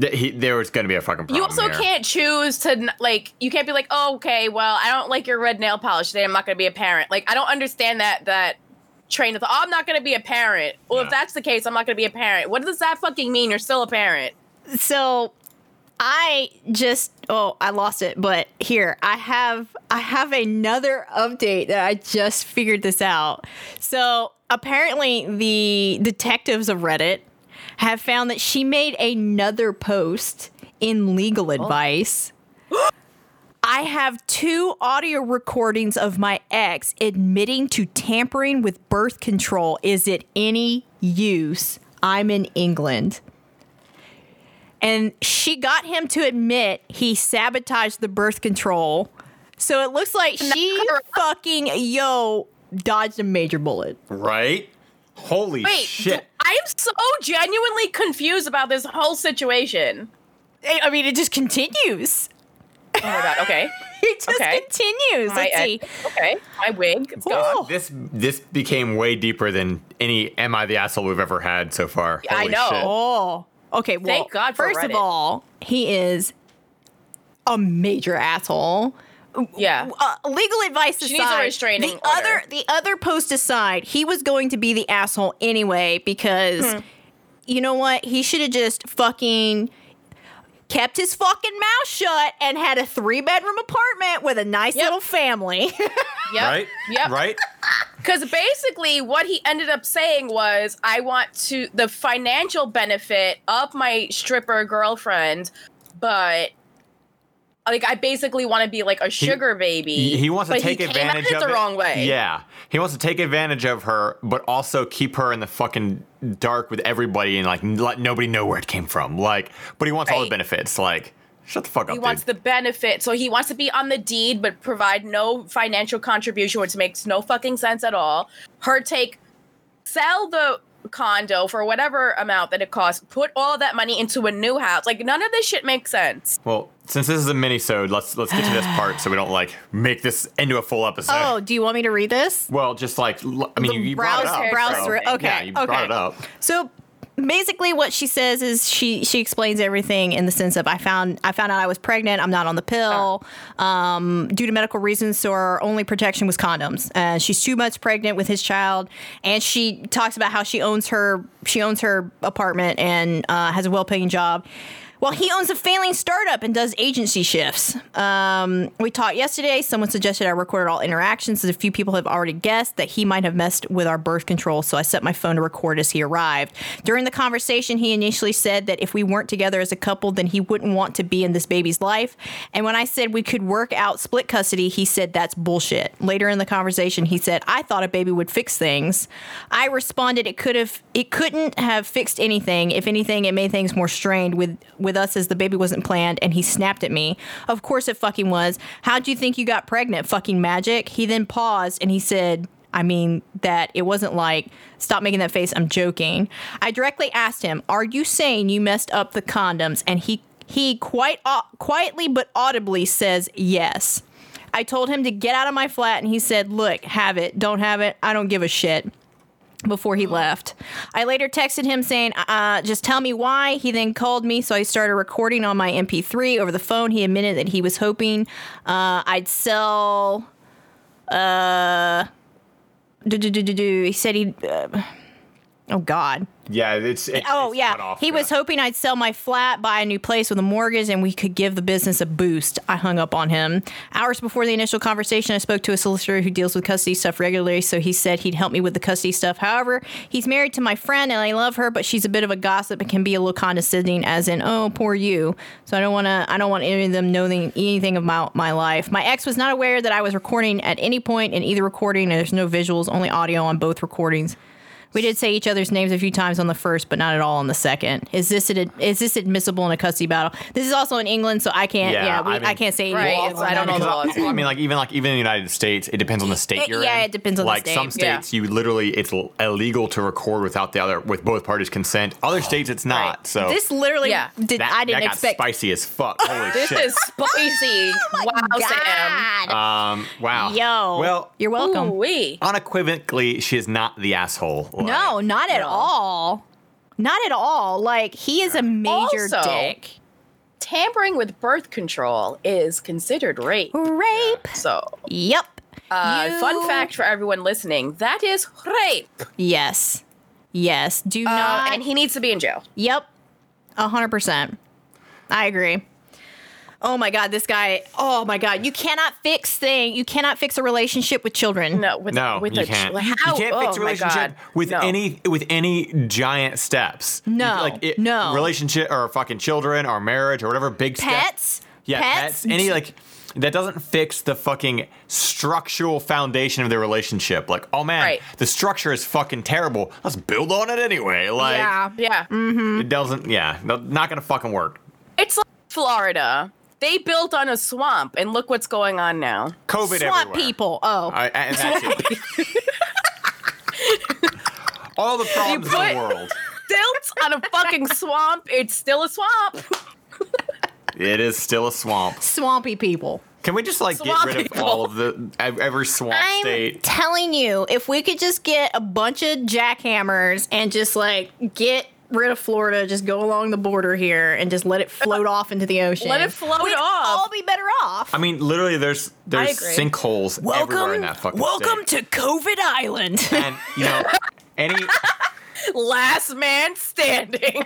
Speaker 3: th- he, there was going to be a fucking problem.
Speaker 1: You also
Speaker 3: here.
Speaker 1: can't choose to n- like. You can't be like, oh, okay, well, I don't like your red nail polish today. I'm not going to be a parent. Like, I don't understand that that train of thought. Oh, I'm not going to be a parent. Well,
Speaker 3: Yeah.
Speaker 1: if that's the case, I'm not going to be a parent. What does that fucking mean? You're still a parent.
Speaker 2: so I just oh I lost it, but here I have I have another update that I just figured this out. So apparently the detectives of Reddit have found that she made another post in legal advice. I have two audio recordings of my ex admitting to tampering with birth control. Is it any use? I'm in England and she got him to admit he sabotaged the birth control. So it looks like she fucking yo dodged a major bullet.
Speaker 3: Right? Holy
Speaker 1: Wait,
Speaker 3: shit.
Speaker 1: I'm so genuinely confused about this whole situation.
Speaker 2: I I mean, it just continues.
Speaker 1: Oh my god. Okay.
Speaker 2: It just
Speaker 1: Okay.
Speaker 2: continues.
Speaker 1: My
Speaker 2: Let's see.
Speaker 1: ex- okay. My wig. It's gone.
Speaker 2: Oh,
Speaker 3: This this became way deeper than any "Am I the asshole" we've ever had so far.
Speaker 1: I
Speaker 3: Holy
Speaker 1: know.
Speaker 3: shit.
Speaker 2: oh. Okay. Well,
Speaker 1: Thank God for
Speaker 2: first of
Speaker 1: Reddit.
Speaker 2: all, he is a major asshole.
Speaker 1: Yeah.
Speaker 2: uh, legal advice aside,
Speaker 1: She needs a restraining
Speaker 2: the
Speaker 1: order.
Speaker 2: other the other post aside, he was going to be the asshole anyway because
Speaker 1: Hmm.
Speaker 2: you know what? He should have just fucking kept his fucking mouth shut and had a three bedroom apartment with a nice
Speaker 1: Yep.
Speaker 2: little family.
Speaker 1: Yep.
Speaker 3: Right?
Speaker 1: Yep.
Speaker 3: Right?
Speaker 1: Because basically, what he ended up saying was, I want to the financial benefit of my stripper girlfriend, but like I basically want to be like a sugar baby.
Speaker 3: He, he wants to
Speaker 1: but
Speaker 3: take
Speaker 1: he came
Speaker 3: advantage
Speaker 1: at it
Speaker 3: of
Speaker 1: the
Speaker 3: it.
Speaker 1: wrong way.
Speaker 3: Yeah, he wants to take advantage of her, but also keep her in the fucking dark with everybody and like n- let nobody know where it came from. Like, but he wants all the
Speaker 1: Right.
Speaker 3: benefits. Like, shut the fuck up,
Speaker 1: He wants
Speaker 3: dude.
Speaker 1: the benefit, so he wants to be on the deed, but provide no financial contribution, which makes no fucking sense at all. Her take, sell the condo for whatever amount that it costs, put all that money into a new house. Like none of this shit makes sense.
Speaker 3: well, since this is a mini-sode, let's let's get to this part so we don't like make this into a full episode.
Speaker 2: oh, do you want me to read this?
Speaker 3: Well, just like l- I mean,
Speaker 2: The
Speaker 3: you, you
Speaker 2: browse-
Speaker 3: brought it up.
Speaker 1: browse
Speaker 3: so-
Speaker 1: through-
Speaker 2: okay,
Speaker 3: yeah, you
Speaker 2: okay.
Speaker 3: brought it up.
Speaker 2: So basically what she says is she she explains everything in the sense of I found I found out I was pregnant, I'm not on the pill. Um, due to medical reasons, so our only protection was condoms. Uh, she's two months pregnant with his child and she talks about how she owns her she owns her apartment and uh, has a well paying job. Well, he owns a failing startup and does agency shifts. Um, we talked yesterday. Someone suggested I recorded all interactions. A few people have already guessed that he might have messed with our birth control, so I set my phone to record as he arrived. During the conversation, he initially said that if we weren't together as a couple, then he wouldn't want to be in this baby's life. And when I said we could work out split custody, he said that's bullshit. Later in the conversation, he said I thought a baby would fix things. I responded it could have it couldn't have fixed anything. If anything, it made things more strained with with us as the baby wasn't planned and he snapped at me. Of course it fucking was. How'd you think you got pregnant? Fucking magic. He then paused and he said I mean, that it wasn't like, stop making that face, I'm joking. I directly asked him, Are you saying you messed up the condoms? And he, he quite au- quietly but audibly says, Yes. I told him to get out of my flat and he said, Look, have it, don't have it, I don't give a shit before he left. I later texted him saying, uh, just tell me why. He then called me, so I started recording on my MP3 over the phone. He admitted that he was hoping uh, I'd sell. Uh, do, do, do, do, do. He said he. Uh, oh, God.
Speaker 3: Yeah, it's, it's
Speaker 2: Oh
Speaker 3: it's
Speaker 2: yeah,
Speaker 3: cut off,
Speaker 2: he
Speaker 3: yeah.
Speaker 2: was hoping I'd sell my flat, buy a new place with a mortgage, and we could give the business a boost. I hung up on him hours before the initial conversation. I spoke to a solicitor who deals with custody stuff regularly, so he said he'd help me with the custody stuff. However, he's married to my friend, and I love her, but she's a bit of a gossip and can be a little condescending, as in, "Oh, poor you." So I don't want to. I don't want any of them knowing anything of my my life. My ex was not aware that I was recording at any point in either recording, and there's no visuals, only audio on both recordings. We did say each other's names a few times on the first, but not at all on the second. Is this ad- is this admissible in a custody battle? This is also in England, so I can't. Yeah,
Speaker 3: Yeah,
Speaker 2: we, I,
Speaker 3: I mean-
Speaker 2: can't say
Speaker 1: Right,
Speaker 2: anything.
Speaker 1: it's- I don't know the
Speaker 3: Because
Speaker 1: laws.
Speaker 3: I, I mean, like even like even in the United States, it depends on the state
Speaker 2: It-
Speaker 3: you're
Speaker 2: yeah,
Speaker 3: in.
Speaker 2: it depends on the
Speaker 3: like
Speaker 2: state.
Speaker 3: some
Speaker 1: Yeah.
Speaker 3: states, you literally it's l- illegal to record without the other with both parties' consent. Other states, it's not.
Speaker 1: Right.
Speaker 3: So
Speaker 2: This literally
Speaker 1: Yeah.
Speaker 2: did.
Speaker 3: that,
Speaker 2: I
Speaker 3: that
Speaker 2: didn't
Speaker 3: got
Speaker 2: expect.
Speaker 3: spicy as fuck. Holy
Speaker 1: This
Speaker 3: shit!
Speaker 1: is spicy. wow, Sam.
Speaker 2: Oh God.
Speaker 3: um, wow.
Speaker 2: Yo.
Speaker 3: Well,
Speaker 2: you're welcome.
Speaker 1: Ooh-wee.
Speaker 3: unequivocally, she is not the asshole. Like,
Speaker 2: no, not at
Speaker 1: No.
Speaker 2: all. Not at all. Like he is a major
Speaker 1: Also-
Speaker 2: dick.
Speaker 1: Tampering with birth control is considered rape.
Speaker 2: Rape.
Speaker 1: So,
Speaker 2: Yep.
Speaker 1: uh,
Speaker 2: You-
Speaker 1: fun fact for everyone listening: that is rape,
Speaker 2: Yes. Yes. Do
Speaker 1: uh,
Speaker 2: not.
Speaker 1: and he needs to be in jail.
Speaker 2: Yep. A hundred percent. I agree. Oh my god, this guy. Oh my god, you cannot fix thing. You cannot fix a relationship with children.
Speaker 1: No, with
Speaker 3: No,
Speaker 1: with
Speaker 3: you
Speaker 1: a
Speaker 3: can't.
Speaker 1: How?
Speaker 3: You can't
Speaker 1: oh
Speaker 3: fix a
Speaker 1: my God.
Speaker 3: relationship with
Speaker 1: No.
Speaker 3: any with any giant steps. You-
Speaker 2: No,
Speaker 3: like it,
Speaker 2: no.
Speaker 3: relationship or fucking children or marriage or whatever big step-
Speaker 2: Pets?
Speaker 3: Yeah,
Speaker 2: Pets?
Speaker 3: pets. Any like that doesn't fix the fucking structural foundation of the relationship. Like, oh man,
Speaker 1: Right.
Speaker 3: the structure is fucking terrible. Let's build on it anyway. Like,
Speaker 2: Yeah.
Speaker 1: Yeah.
Speaker 3: it doesn't. Yeah, no- not gonna fucking work.
Speaker 1: It's like Florida. They built on a swamp, and look what's going on now.
Speaker 3: COVID
Speaker 2: Swamp
Speaker 3: everywhere.
Speaker 2: people. Oh.
Speaker 3: I, and that's it. All the problems in
Speaker 1: put-
Speaker 3: the world.
Speaker 1: Built on a fucking swamp. It's still a swamp.
Speaker 3: It is still a swamp.
Speaker 2: Swampy people.
Speaker 3: Can we just like
Speaker 1: Swamp
Speaker 3: get rid of
Speaker 1: people.
Speaker 3: all of the ev- every swamp
Speaker 2: I'm
Speaker 3: state?
Speaker 2: telling you, if we could just get a bunch of jackhammers and just like get rid of Florida, just go along the border here and just let it float off into the ocean.
Speaker 1: Let it float
Speaker 2: We'd
Speaker 1: off.
Speaker 2: all be better off.
Speaker 3: I mean, literally, there's there's
Speaker 1: agree.
Speaker 3: sinkholes everywhere in that fucking
Speaker 2: welcome
Speaker 3: state.
Speaker 2: to COVID Island.
Speaker 3: and you know, any
Speaker 1: Last man standing.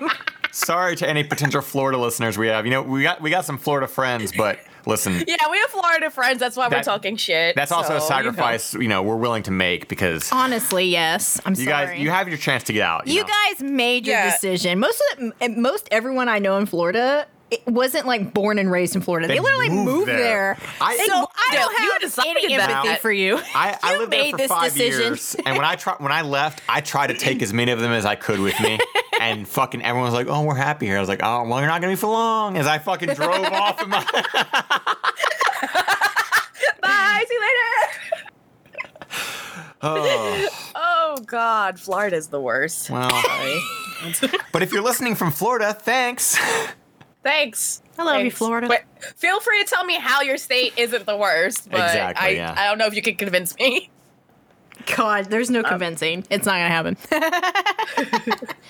Speaker 3: sorry to any potential Florida listeners we have. You know, we got we got some Florida friends, but listen,
Speaker 1: yeah, we have Florida friends. That's why we're
Speaker 3: That-
Speaker 1: talking shit.
Speaker 3: that's also a
Speaker 1: so, you know.
Speaker 3: sacrifice. You know. we're willing to make because
Speaker 2: Honestly, yes. I'm
Speaker 3: you
Speaker 2: sorry.
Speaker 3: guys you have your chance to get out. You,
Speaker 2: You
Speaker 3: know?
Speaker 2: guys made your
Speaker 1: Yeah.
Speaker 2: decision. Most of the, m- most everyone I know in Florida it wasn't like born and raised in Florida. They,
Speaker 3: They
Speaker 2: literally
Speaker 3: moved
Speaker 2: moved there.
Speaker 3: there. I- They
Speaker 2: so I
Speaker 1: moved there. You
Speaker 2: don't have
Speaker 1: decided
Speaker 2: any empathy
Speaker 3: that.
Speaker 2: for you.
Speaker 3: I, I
Speaker 2: you
Speaker 3: lived there
Speaker 2: made
Speaker 3: for
Speaker 2: this
Speaker 3: five
Speaker 2: decision.
Speaker 3: years, and when I try, when I left, I tried to take as many of them as I could with me, and fucking everyone was like, "Oh, we're happy here." I was like, "Oh, well, you're not gonna be for long." As I fucking drove off in my
Speaker 1: Bye. See you later.
Speaker 3: Oh,
Speaker 1: Oh God, Florida's the worst.
Speaker 3: well.
Speaker 1: Sorry.
Speaker 3: But if you're listening from Florida, thanks.
Speaker 1: Thanks.
Speaker 2: I love you,
Speaker 1: Thanks.
Speaker 2: Florida.
Speaker 1: But feel free to tell me how your state isn't the worst. But
Speaker 3: Exactly,
Speaker 1: I,
Speaker 3: yeah.
Speaker 1: I don't know if you can convince me.
Speaker 2: God, there's no convincing. it's not gonna happen.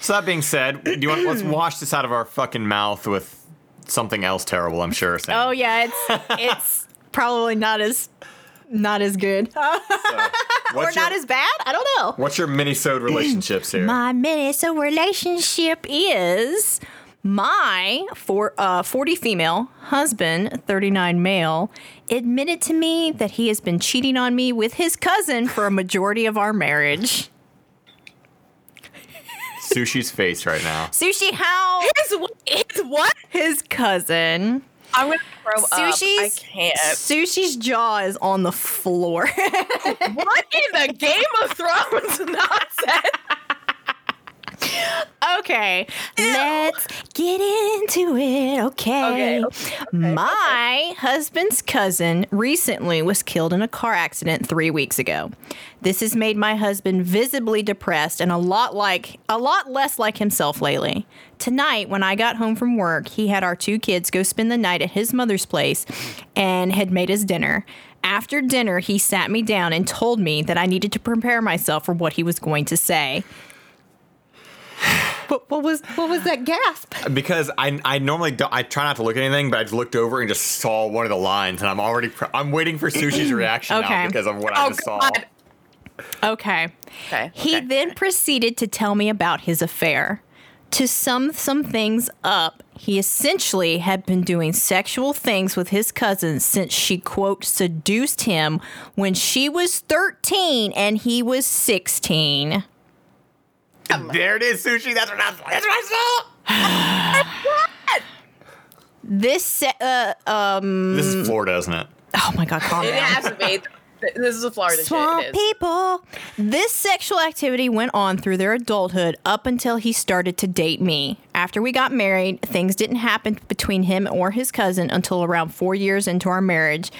Speaker 3: So that being said, do you want let's wash this out of our fucking mouth with something else terrible, I'm sure. Sam.
Speaker 2: oh yeah, it's it's probably not as not as good
Speaker 3: So,
Speaker 2: or
Speaker 3: what's
Speaker 2: not
Speaker 3: your,
Speaker 2: as bad. I don't know.
Speaker 3: What's your mini-sode relationships here?
Speaker 2: My Minnesota relationship is my for uh, 40 female husband, 39 male, admitted to me that he has been cheating on me with his cousin for a majority of our marriage.
Speaker 3: Sushi's face right now.
Speaker 2: Sushi, how
Speaker 1: His, his what?
Speaker 2: his cousin.
Speaker 1: I'm gonna throw up. I
Speaker 2: Sushi's
Speaker 1: can't.
Speaker 2: Sushi's jaw is on the floor.
Speaker 1: What in the Game of Thrones nonsense?
Speaker 2: Okay, let's get into it. Okay.
Speaker 1: Okay, okay,
Speaker 2: My husband's cousin recently was killed in a car accident three weeks ago. This has made my husband visibly depressed and a lot like a lot less like himself lately. Tonight, when I got home from work, he had our two kids go spend the night at his mother's place and had made us dinner. After dinner, he sat me down and told me that I needed to prepare myself for what he was going to say. What, what was what was that gasp?
Speaker 3: Because I, I normally don't, I try not to look at anything, but I just looked over and just saw one of the lines, and I'm already pre- I'm waiting for Sushi's reaction
Speaker 2: Okay.
Speaker 3: now because of what I
Speaker 1: Oh
Speaker 3: just saw.
Speaker 1: God.
Speaker 2: Okay.
Speaker 1: Okay.
Speaker 2: He
Speaker 1: okay.
Speaker 2: then proceeded to tell me about his affair. To sum some things up, he essentially had been doing sexual things with his cousin since she, quote, seduced him when she was 13 and he was 16.
Speaker 3: There it is, Sushi. That's what I, that's what I saw.
Speaker 2: This, se- uh,
Speaker 3: This is Florida, isn't it?
Speaker 2: oh my God, calm
Speaker 1: It
Speaker 2: down.
Speaker 1: has to be. Th- This is a Florida
Speaker 2: Swamp
Speaker 1: shit. It is.
Speaker 2: people. This sexual activity went on through their adulthood up until he started to date me. After we got married, things didn't happen between him or his cousin until around four years into our marriage.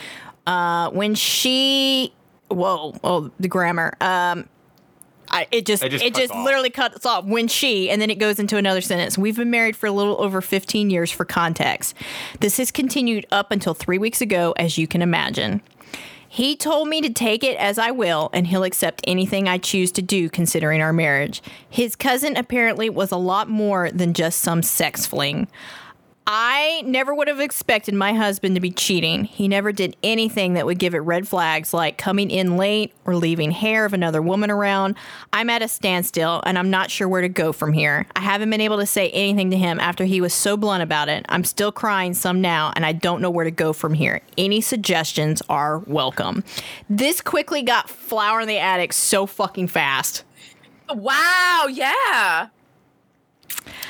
Speaker 2: Uh, when she, whoa, oh, the grammar. Um, I, it just
Speaker 3: It
Speaker 2: it just,
Speaker 3: just cuts off.
Speaker 2: literally cuts off when she and then it goes into another sentence. We've been married for a little over 15 years for context. This has continued up until 3 weeks ago as you can imagine. He told me to take it as I will, and he'll accept anything I choose to do considering our marriage. His cousin apparently was a lot more than just some sex fling. I never would have expected my husband to be cheating. He never did anything that would give it red flags like coming in late or leaving hair of another woman around. I'm at a standstill and I'm not sure where to go from here. I haven't been able to say anything to him after he was so blunt about it. I'm still crying some now and I don't know where to go from here. Any suggestions are welcome. This quickly got flower in the attic so fucking fast.
Speaker 1: Wow, yeah.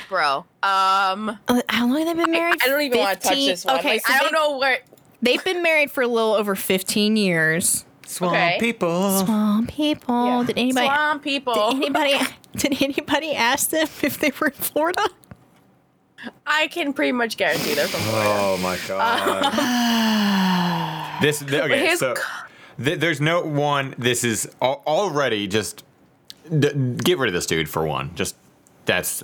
Speaker 1: Bro, um,
Speaker 2: Uh, How long have they been married?
Speaker 1: I don't even want to touch
Speaker 2: 15
Speaker 1: this one.
Speaker 2: Okay,
Speaker 1: Like,
Speaker 2: so
Speaker 1: I
Speaker 2: they-
Speaker 1: don't know where.
Speaker 2: They've been married for a little over 15 years.
Speaker 3: Swamp
Speaker 1: Okay.
Speaker 3: people.
Speaker 2: Oh, people.
Speaker 1: Yeah.
Speaker 2: Did anybody
Speaker 1: Slum people.
Speaker 2: did anybody did anybody ask them if they were in Florida?
Speaker 1: I can pretty much guarantee they're from Florida.
Speaker 3: Oh my god. this th- okay.
Speaker 1: His
Speaker 3: So th- there's no one. This is al- already just d- get rid of this dude for one. Just that's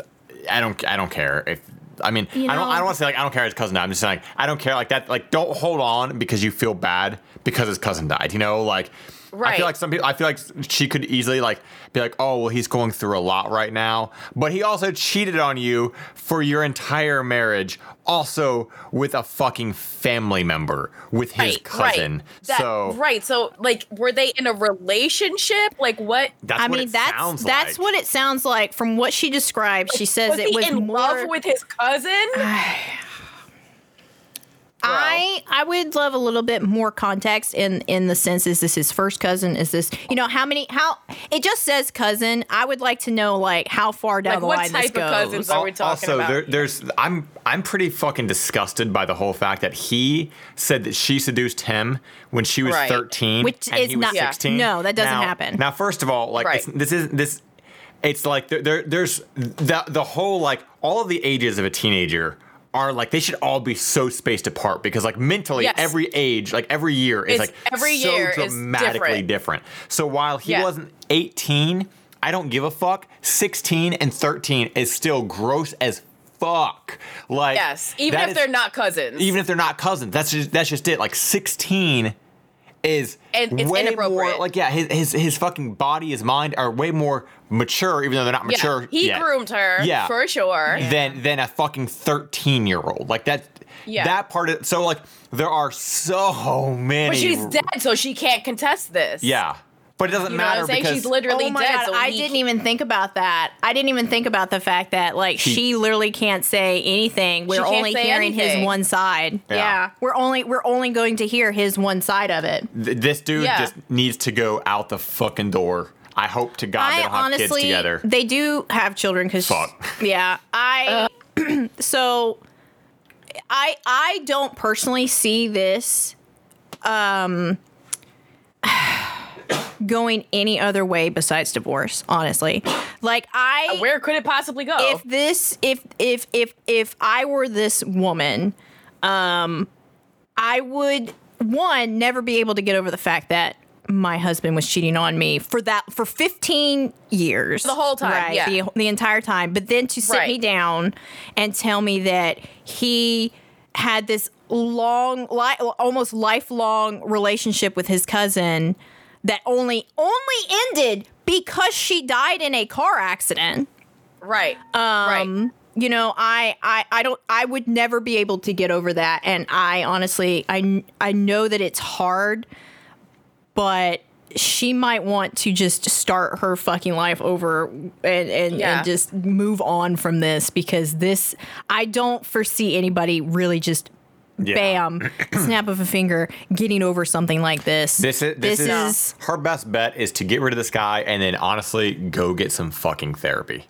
Speaker 3: I don't I don't care if I mean
Speaker 2: You
Speaker 3: I don't I
Speaker 2: know-
Speaker 3: don't want to say like I don't care his cousin died. I'm just saying like I don't care like that like don't hold on because you feel bad because his cousin died. You know like. I
Speaker 1: Right.
Speaker 3: feel like some people. I feel like she could easily like be like, "Oh, well, he's going through a lot right now," but he also cheated on you for your entire marriage, also with a fucking family member, with his cousin.
Speaker 1: Right. That-
Speaker 3: so
Speaker 1: right. So like were they in a relationship? Like what
Speaker 3: that's
Speaker 2: I
Speaker 3: what
Speaker 2: mean,
Speaker 3: it
Speaker 2: that's
Speaker 3: sounds
Speaker 2: that's
Speaker 3: like.
Speaker 2: what it sounds like from what she described. she says
Speaker 1: was
Speaker 2: it
Speaker 1: he
Speaker 2: was
Speaker 1: in
Speaker 2: more Ah,
Speaker 1: love with his cousin?
Speaker 2: I I would love a little bit more context in in the sense is this his first cousin? Is this you know how many how it just says cousin. I would like to know like how far down
Speaker 1: Like,
Speaker 2: the
Speaker 1: what
Speaker 2: line this
Speaker 1: type
Speaker 2: goes.
Speaker 1: of cousins are we
Speaker 3: Al-
Speaker 1: talking
Speaker 3: also,
Speaker 1: about?
Speaker 3: there, there's I'm I'm pretty fucking disgusted by the whole fact that he said that she seduced him when she was
Speaker 1: Right.
Speaker 3: 13,
Speaker 2: Which
Speaker 3: and
Speaker 2: is
Speaker 3: he was
Speaker 2: not- Yeah.
Speaker 3: 16.
Speaker 2: No, that doesn't
Speaker 3: Now-
Speaker 2: happen.
Speaker 3: Now, first of all, like
Speaker 1: Right.
Speaker 3: it's, this is this. It's like there, there there's the the whole like all of the ages of a teenager are like they should all be so spaced apart because like mentally
Speaker 1: Yes.
Speaker 3: every age like every year is
Speaker 1: It's-
Speaker 3: like
Speaker 1: every
Speaker 3: so
Speaker 1: year is
Speaker 3: dramatically
Speaker 1: different.
Speaker 3: different. So while he
Speaker 1: Yeah.
Speaker 3: wasn't 18, I don't give a fuck. 16 and 13 is still gross as fuck. Like
Speaker 1: yes. Even
Speaker 3: that
Speaker 1: if
Speaker 3: is-
Speaker 1: they're not cousins.
Speaker 3: even if they're not cousins, that's just that's just it. Like 16 is
Speaker 1: And it's
Speaker 3: way more
Speaker 1: inappropriate.
Speaker 3: like yeah, his, his his fucking body, his mind are way more mature, even though they're not
Speaker 1: yeah,
Speaker 3: mature.
Speaker 1: he
Speaker 3: yet
Speaker 1: groomed her
Speaker 3: Yeah.
Speaker 1: for sure.
Speaker 3: than than a fucking 13 year old. Like that
Speaker 1: Yeah.
Speaker 3: that part of so like there are so many
Speaker 1: But she's dead, so she can't contest this.
Speaker 3: Yeah. But it doesn't
Speaker 1: You know what
Speaker 3: matter
Speaker 1: I'm saying?
Speaker 3: because
Speaker 1: She's literally
Speaker 2: oh my
Speaker 1: dead.
Speaker 2: god,
Speaker 1: so
Speaker 2: I
Speaker 1: he-
Speaker 2: didn't even think about that. I didn't even think about the fact that like she, literally can't say anything. We're
Speaker 1: can't
Speaker 2: only
Speaker 1: say
Speaker 2: hearing his
Speaker 1: anything.
Speaker 2: one side.
Speaker 3: Yeah.
Speaker 2: e- Yeah. We're only we're only going to hear his one side of it.
Speaker 3: Th- this dude
Speaker 1: Yeah.
Speaker 3: just needs to go out the fucking door. I hope to God they
Speaker 2: I
Speaker 3: don't have kids
Speaker 2: honestly
Speaker 3: together.
Speaker 2: they do have children cuz
Speaker 3: Fuck.
Speaker 2: Yeah. I so I I don't personally see this um going any other way besides divorce, honestly. Like I
Speaker 1: Uh, Where could it possibly go?
Speaker 2: if this if if if if I were this woman, um I would one never be able to get over the fact that my husband was cheating on me for that for 15 years
Speaker 1: The whole time,
Speaker 2: right
Speaker 1: yeah.
Speaker 2: the, the entire time but then to sit
Speaker 1: Right.
Speaker 2: me down and tell me that he had this long li- almost lifelong relationship with his cousin that only only ended because she died in a car accident
Speaker 1: right. right.
Speaker 2: um, you know I, I i don't i would never be able to get over that and i honestly i i know that it's hard but she might want to just start her fucking life over and and,
Speaker 1: Yeah.
Speaker 2: and just move on from this because this i don't foresee anybody really just
Speaker 3: Yeah.
Speaker 2: bam snap of a finger getting over something like this
Speaker 3: This is this, is, her best bet is to get rid of this guy and then honestly go get some fucking therapy.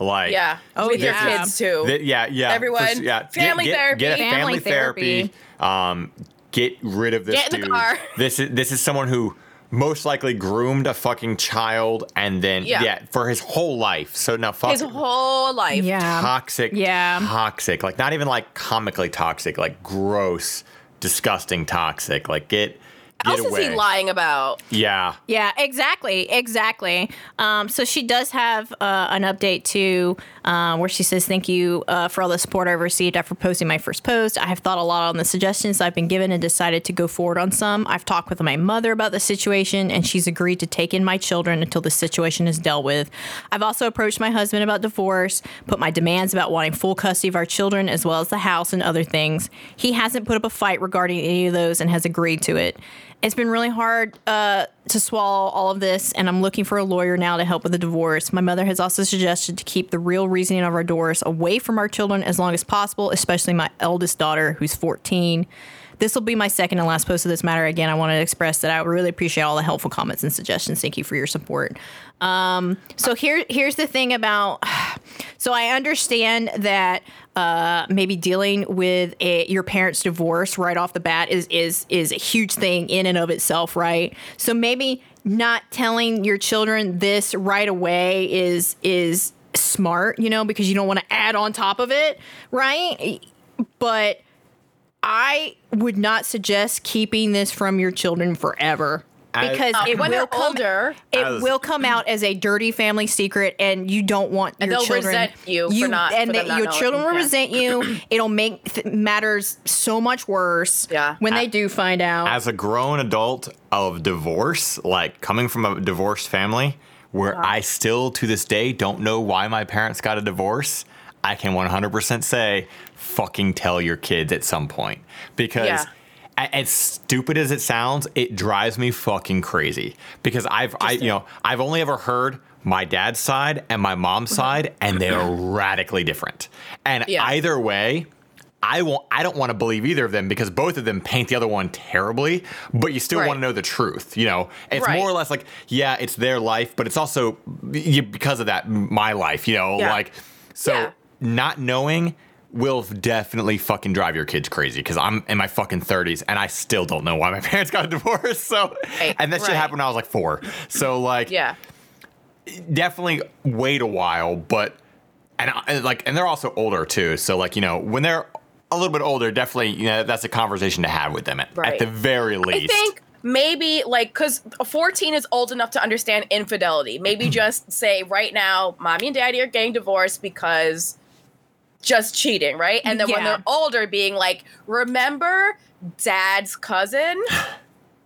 Speaker 3: Like
Speaker 1: Yeah.
Speaker 2: Oh,
Speaker 1: With
Speaker 2: yeah.
Speaker 1: your kids too.
Speaker 3: Th- yeah, yeah.
Speaker 1: Everyone,
Speaker 3: s- yeah. Get-
Speaker 1: family
Speaker 3: get, Get,
Speaker 1: therapy.
Speaker 3: a family,
Speaker 2: Family
Speaker 3: therapy.
Speaker 2: therapy.
Speaker 3: Um, get rid of this
Speaker 1: Get in the
Speaker 3: dude.
Speaker 1: car.
Speaker 3: This is this is someone who most likely groomed a fucking child and then yeah,
Speaker 1: Yeah.
Speaker 3: for his whole life. So now fuck
Speaker 1: His whole life.
Speaker 2: yeah
Speaker 3: toxic.
Speaker 2: Yeah.
Speaker 3: Toxic. Like not even like comically toxic, like gross, disgusting toxic. Like get
Speaker 1: What
Speaker 3: Get
Speaker 1: else is he
Speaker 3: away.
Speaker 1: lying about?
Speaker 3: Yeah.
Speaker 2: Yeah, exactly, exactly. Um, so she does have uh, an update to uh, where she says, "Thank you uh, for all the support I've received after posting my first post. I have thought a lot on the suggestions I've been given and decided to go forward on some. I've talked with my mother about the situation, and she's agreed to take in my children until the situation is dealt with. I've also approached my husband about divorce, put my demands about wanting full custody of our children as well as the house and other things. He hasn't put up a fight regarding any of those and has agreed to it." It's been really hard uh, to swallow all of this, and I'm looking for a lawyer now to help with the divorce. My mother has also suggested to keep the real reasoning of our divorce away from our children as long as possible, especially my eldest daughter, who's 14. This will be my second and last post of this matter. Again, I want to express that I really appreciate all the helpful comments and suggestions. Thank you for your support. Um, so here, here's the thing about. So I understand that uh, maybe dealing with a, your parents' divorce right off the bat is is is a huge thing in and of itself, right? So maybe not telling your children this right away is is smart, you know, because you don't want to add on top of it, right? But I would not suggest keeping this from your children forever.
Speaker 3: I-
Speaker 2: Because
Speaker 1: Uh,
Speaker 2: it
Speaker 1: when
Speaker 2: will
Speaker 1: they're
Speaker 2: come,
Speaker 1: older,
Speaker 2: it
Speaker 3: I was-
Speaker 2: will come out as a dirty family secret, and you don't want your
Speaker 1: they'll
Speaker 2: children.
Speaker 1: resent you for not-
Speaker 2: and
Speaker 1: for them
Speaker 2: that
Speaker 1: not
Speaker 2: your
Speaker 1: knowing,
Speaker 2: children will
Speaker 1: yeah.
Speaker 2: resent you. It'll make th- matters so much worse.
Speaker 1: Yeah.
Speaker 2: when they do find out.
Speaker 3: as a grown adult of divorce, like coming from a divorced family where I still to this day don't know why my parents got a divorce, I can 100% say fucking tell your kids at some point because
Speaker 1: Yeah.
Speaker 3: a- as stupid as it sounds, it drives me fucking crazy because I've I you know, I've only ever heard my dad's side and my mom's side and they are radically different. And
Speaker 1: Mm-hmm. Yeah.
Speaker 3: either way, I won't. I don't want to believe either of them because both of them paint the other one terribly. But you still
Speaker 1: Right.
Speaker 3: want to know the truth, you know. And it's
Speaker 1: Right.
Speaker 3: more or less like, yeah, it's their life, but it's also you, because of that my life, you know.
Speaker 1: Yeah.
Speaker 3: Like, so
Speaker 1: Yeah.
Speaker 3: not knowing will definitely fucking drive your kids crazy because I'm in my fucking thirties and I still don't know why my parents got a divorce. So,
Speaker 1: Right,
Speaker 3: and that shit
Speaker 1: right.
Speaker 3: happened when I was like four. So like,
Speaker 1: Yeah.
Speaker 3: definitely wait a while, but and, I- and like and they're also older too. So like you know when they're a little bit older, definitely you know that's a conversation to have with them at, at
Speaker 1: Right.
Speaker 3: the very least.
Speaker 1: I think maybe like because 14 is old enough to understand infidelity. Maybe just say right now, mommy and daddy are getting divorced because just cheating, right? And then when
Speaker 2: Yeah.
Speaker 1: they're older, being like, remember dad's cousin?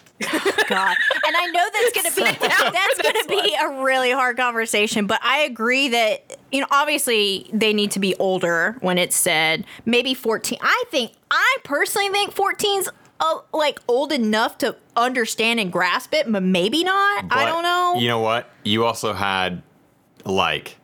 Speaker 2: God. And I know that's going to be that's going to be a really hard conversation, but I agree that you know obviously they need to be older when it's said. Maybe 14. I think I personally think 14's uh, like old enough to understand and grasp it, but maybe not. I
Speaker 3: But
Speaker 2: don't know.
Speaker 3: You know what? You also had like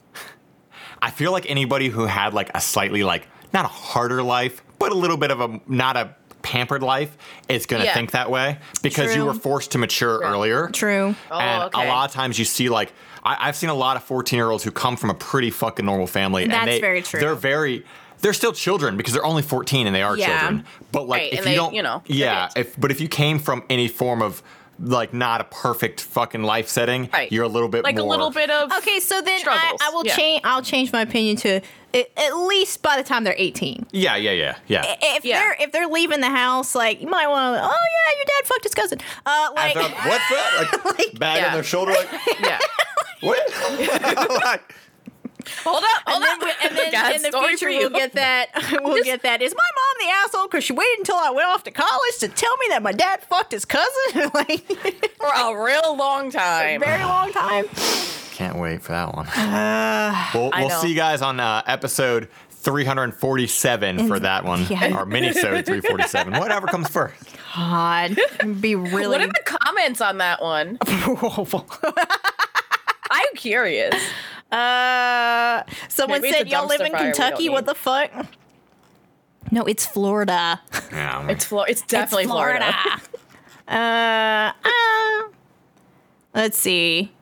Speaker 3: I feel like anybody who had like a slightly like not a harder life, but a little bit of a not a pampered life is going to
Speaker 1: Yeah.
Speaker 3: think that way because you
Speaker 2: True.
Speaker 3: were forced to mature earlier.
Speaker 2: True.
Speaker 1: Oh,
Speaker 3: and
Speaker 1: okay.
Speaker 3: a lot of times you see like I, I've seen a lot of 14 year olds who come from a pretty fucking normal family.
Speaker 2: That's
Speaker 3: and they,
Speaker 2: very true.
Speaker 3: They're very they're still children because they're only 14 and they are
Speaker 2: Yeah.
Speaker 3: children. But like
Speaker 1: Right,
Speaker 3: if
Speaker 1: and
Speaker 3: you
Speaker 1: they-
Speaker 3: don't
Speaker 1: you know, they're
Speaker 3: Yeah.
Speaker 1: kids.
Speaker 3: If but if you came from any form of like not a perfect fucking life setting,
Speaker 1: Right.
Speaker 3: you're a little bit
Speaker 1: Like
Speaker 3: more
Speaker 1: a little bit of
Speaker 2: Okay, so then I,
Speaker 1: Struggles.
Speaker 2: I will
Speaker 1: Yeah.
Speaker 2: change I'll change my opinion to a- at least by the time they're 18.
Speaker 3: Yeah, yeah, yeah,
Speaker 1: Eh,
Speaker 3: yeah.
Speaker 2: If
Speaker 1: Yeah.
Speaker 2: they're if they're leaving the house, like you might want to. Oh yeah, your dad fucked his cousin. Uh,
Speaker 3: I
Speaker 2: like
Speaker 3: thought, what's that? Like, bag
Speaker 1: eh, yeah.
Speaker 3: on their shoulder, like
Speaker 1: Yeah.
Speaker 3: what? like,
Speaker 1: Hold up, hold
Speaker 2: and then,
Speaker 1: up.
Speaker 2: and then
Speaker 1: Got a
Speaker 2: in the
Speaker 1: story
Speaker 2: future
Speaker 1: for
Speaker 2: we'll get that we'll get that is my mom the asshole because she waited until i went off to college to tell me that my dad fucked his cousin like
Speaker 1: for a real long time.
Speaker 2: very long time
Speaker 3: Can't wait for that one. we'll
Speaker 1: Uh, I
Speaker 3: we'll
Speaker 1: know.
Speaker 3: see you guys on uh, episode 347 for that one,
Speaker 2: Yeah.
Speaker 3: or minisode 347, whatever comes first.
Speaker 2: god it'd be
Speaker 1: What
Speaker 2: really
Speaker 1: are the comments on that one?
Speaker 2: awful
Speaker 1: I'm curious.
Speaker 2: uh someone
Speaker 1: Maybe it's
Speaker 2: said
Speaker 1: a
Speaker 2: y'all live
Speaker 1: dumpster
Speaker 2: in
Speaker 1: fire we
Speaker 2: kentucky
Speaker 1: don't
Speaker 2: what the fuck no it's florida
Speaker 3: Yeah, I'm-
Speaker 1: It's Flo- It's definitely
Speaker 2: It's
Speaker 1: Florida.
Speaker 2: Florida. uh, uh, let's see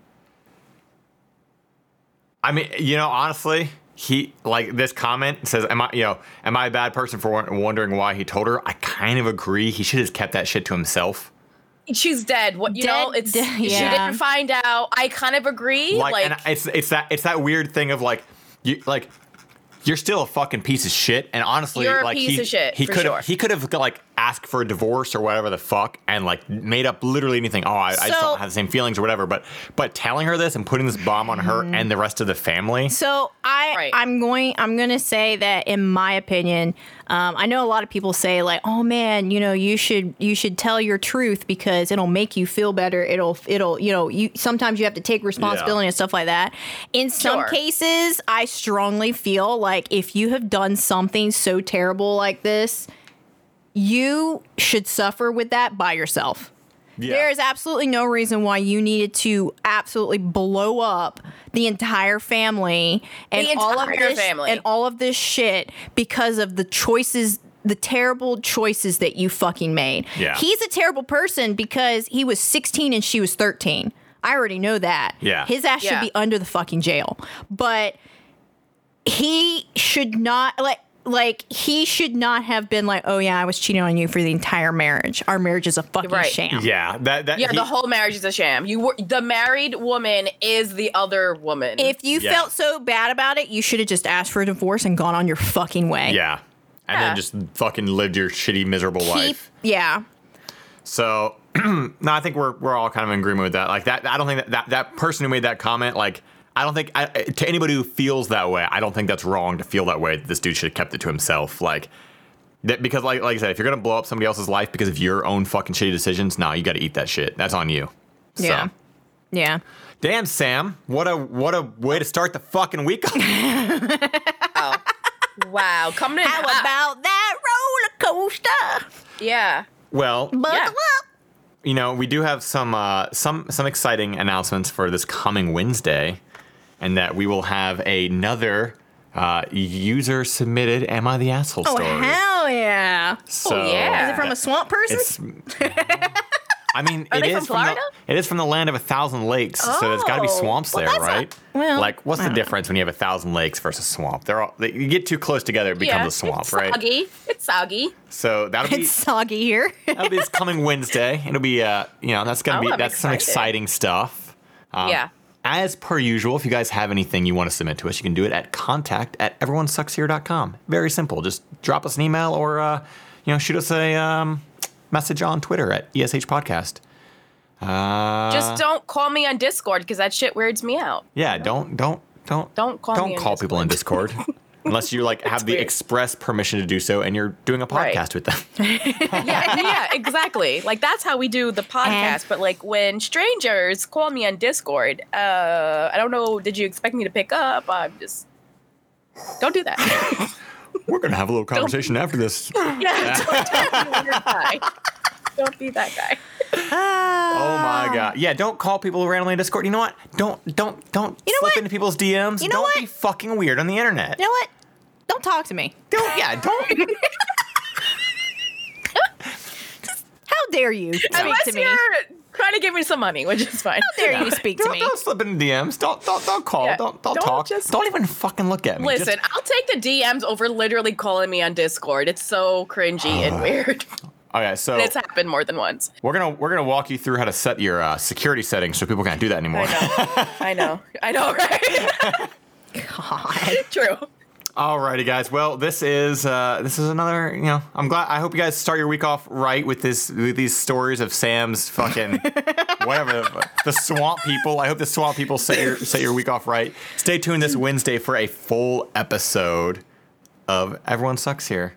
Speaker 3: I mean, you know, honestly, he like this comment says, "Am I, you know, am I a bad person for won- wondering why he told her?" I kind of agree. He should have kept that shit to himself.
Speaker 1: She's dead. What you know?
Speaker 2: Dead,
Speaker 1: It's
Speaker 2: dead,
Speaker 1: she
Speaker 2: yeah.
Speaker 1: didn't find out. I kind of agree.
Speaker 3: Like,
Speaker 1: Like,
Speaker 3: and it's it's that it's that weird thing of like, you like, you're still a fucking piece of shit. And honestly,
Speaker 1: You're a
Speaker 3: like
Speaker 1: piece
Speaker 3: he
Speaker 1: of shit,
Speaker 3: he
Speaker 1: for
Speaker 3: could have
Speaker 1: sure.
Speaker 3: he could have like ask for a divorce or whatever the fuck and like made up literally anything. Oh, I, I just
Speaker 2: So-
Speaker 3: don't have the same feelings or whatever. But but telling her this and putting this bomb on her and the rest of the family.
Speaker 2: So I
Speaker 1: Right.
Speaker 2: I'm going I'm going to say that in my opinion, um, I know a lot of people say like, oh man, you know you should you should tell your truth because it'll make you feel better. It'll it'll you know you sometimes you have to take responsibility and stuff like that. In some
Speaker 1: Sure.
Speaker 2: cases, I strongly feel like if you have done something so terrible like this, you should suffer with that by yourself.
Speaker 3: Yeah.
Speaker 2: There is absolutely no reason why you needed to absolutely blow up the entire family and all of
Speaker 1: entire
Speaker 2: this
Speaker 1: family.
Speaker 2: and all of this shit because of the choices the terrible choices that you fucking made.
Speaker 3: Yeah.
Speaker 2: He's a terrible person because he was 16 and she was 13. I already know that.
Speaker 3: Yeah.
Speaker 2: His ass
Speaker 1: Yeah.
Speaker 2: should be under the fucking jail. But he should not like like he should not have been like, "Oh yeah, I was cheating on you for the entire marriage. Our marriage is a fucking
Speaker 1: Right.
Speaker 2: sham."
Speaker 3: yeah, that that
Speaker 1: Yeah,
Speaker 3: he-
Speaker 1: the whole marriage is a sham. You were the married woman is the other woman.
Speaker 2: If you
Speaker 3: Yeah.
Speaker 2: felt so bad about it, you should have just asked for a divorce and gone on your fucking way.
Speaker 3: yeah, and
Speaker 1: Yeah.
Speaker 3: then just fucking lived your shitty miserable
Speaker 2: Keep,
Speaker 3: life.
Speaker 2: yeah.
Speaker 3: So no, I think we're we're all kind of in agreement with that. Like that, I don't think that that, that person who made that comment, like I don't think I, to anybody who feels that way, I don't think that's wrong to feel that way. This dude should have kept it to himself, like. That, because, like, like I said, if you're gonna blow up somebody else's life because of your own fucking shitty decisions, nah, you got to eat that shit. That's on you. So.
Speaker 2: Yeah. Yeah.
Speaker 3: Damn, Sam, what a what a way to start the fucking week.
Speaker 1: wow, coming in
Speaker 2: How
Speaker 1: hot.
Speaker 2: about that roller coaster?
Speaker 1: yeah.
Speaker 3: well,
Speaker 2: Buckle
Speaker 1: Yeah.
Speaker 2: up.
Speaker 3: you know, we do have some uh, some some exciting announcements for this coming Wednesday, and that we will have another uh, user submitted "Am I the Asshole?"
Speaker 2: Oh,
Speaker 3: story.
Speaker 2: hell yeah.
Speaker 3: So
Speaker 1: yeah.
Speaker 2: Is it from a swamp person?
Speaker 3: It's, I mean,
Speaker 1: Are
Speaker 3: it
Speaker 1: they
Speaker 3: is
Speaker 1: from Florida?
Speaker 3: the, it is from the land of a thousand lakes, so there's got to be
Speaker 1: Oh,
Speaker 3: swamps
Speaker 1: well,
Speaker 3: there,
Speaker 1: that's not-
Speaker 3: right?
Speaker 2: well,
Speaker 3: like, what's
Speaker 2: I
Speaker 3: the
Speaker 2: don't know.
Speaker 3: difference when you have a thousand lakes versus a swamp? They're all they, you get too close together, it becomes
Speaker 1: yeah,
Speaker 3: a swamp,
Speaker 1: it's
Speaker 3: right?
Speaker 1: Soggy. It's soggy.
Speaker 3: So that'll be
Speaker 2: It's soggy here.
Speaker 3: That'll be this coming Wednesday. It'll be uh, you know, that's gonna
Speaker 1: Oh,
Speaker 3: be
Speaker 1: I'm
Speaker 3: that's some
Speaker 1: excited.
Speaker 3: exciting stuff. Um,
Speaker 1: Yeah.
Speaker 3: As per usual, if you guys have anything you want to submit to us, you can do it at contact at everyonesuckshere.com. Very simple. Just drop us an email or uh, you know, shoot us a um, message on Twitter at ESH Podcast. Uh,
Speaker 1: Just don't call me on Discord because that shit weirds me out.
Speaker 3: yeah, don't don't don't
Speaker 1: Don't call
Speaker 3: don't
Speaker 1: me on
Speaker 3: call people in Discord. Unless you like have the
Speaker 1: weird.
Speaker 3: express permission to do so and you're doing a podcast
Speaker 1: Right.
Speaker 3: with them.
Speaker 1: yeah, yeah, exactly. Like that's how we do the podcast.
Speaker 2: And-
Speaker 1: but like when strangers call me on Discord, uh, I don't know. Did you expect me to pick up? I'm just don't do that.
Speaker 3: We're gonna have a little conversation after this.
Speaker 1: yeah, don't, don't be that guy. Don't be that guy.
Speaker 2: Uh,
Speaker 3: Oh my god! Yeah, don't call people randomly in Discord. You know what? Don't don't don't
Speaker 2: know
Speaker 3: slip
Speaker 2: what?
Speaker 3: into people's DMs.
Speaker 2: You know
Speaker 3: don't
Speaker 2: what?
Speaker 3: be fucking weird on the internet.
Speaker 2: you know what? Don't talk to me.
Speaker 3: Don't yeah don't.
Speaker 2: How dare you speak
Speaker 1: Unless
Speaker 2: to me?
Speaker 1: you're
Speaker 2: How
Speaker 1: trying to give me some money, which is fine.
Speaker 2: dare you speak to
Speaker 3: don't,
Speaker 2: me?
Speaker 3: don't slip into DMs. Don't don't don't call.
Speaker 1: Yeah,
Speaker 3: Don't don't,
Speaker 1: don't
Speaker 3: talk.
Speaker 1: just-
Speaker 3: don't even fucking look at me. Just-
Speaker 1: Listen, I'll take the DMs over literally calling me on Discord. It's so cringy and weird.
Speaker 3: okay, so
Speaker 1: And it's happened more than once.
Speaker 3: we're gonna we're gonna walk you through how to set your uh, security settings so people can't do that anymore.
Speaker 1: I know. I know, right?
Speaker 2: God.
Speaker 1: True.
Speaker 3: Alrighty, guys. Well, this is uh, this is another. You know, I'm glad. I hope you guys start your week off right with this with these stories of Sam's fucking whatever the- the swamp people. I hope the swamp people set your set your week off right. Stay tuned this Wednesday for a full episode of Everyone Sucks Here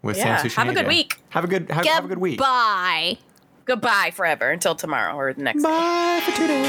Speaker 3: with
Speaker 1: Yeah,
Speaker 3: Sam Sushi.
Speaker 1: have a good week.
Speaker 3: Have a good have, have a good week.
Speaker 2: Goodbye.
Speaker 1: Goodbye forever until tomorrow or the next.
Speaker 3: Bye for today.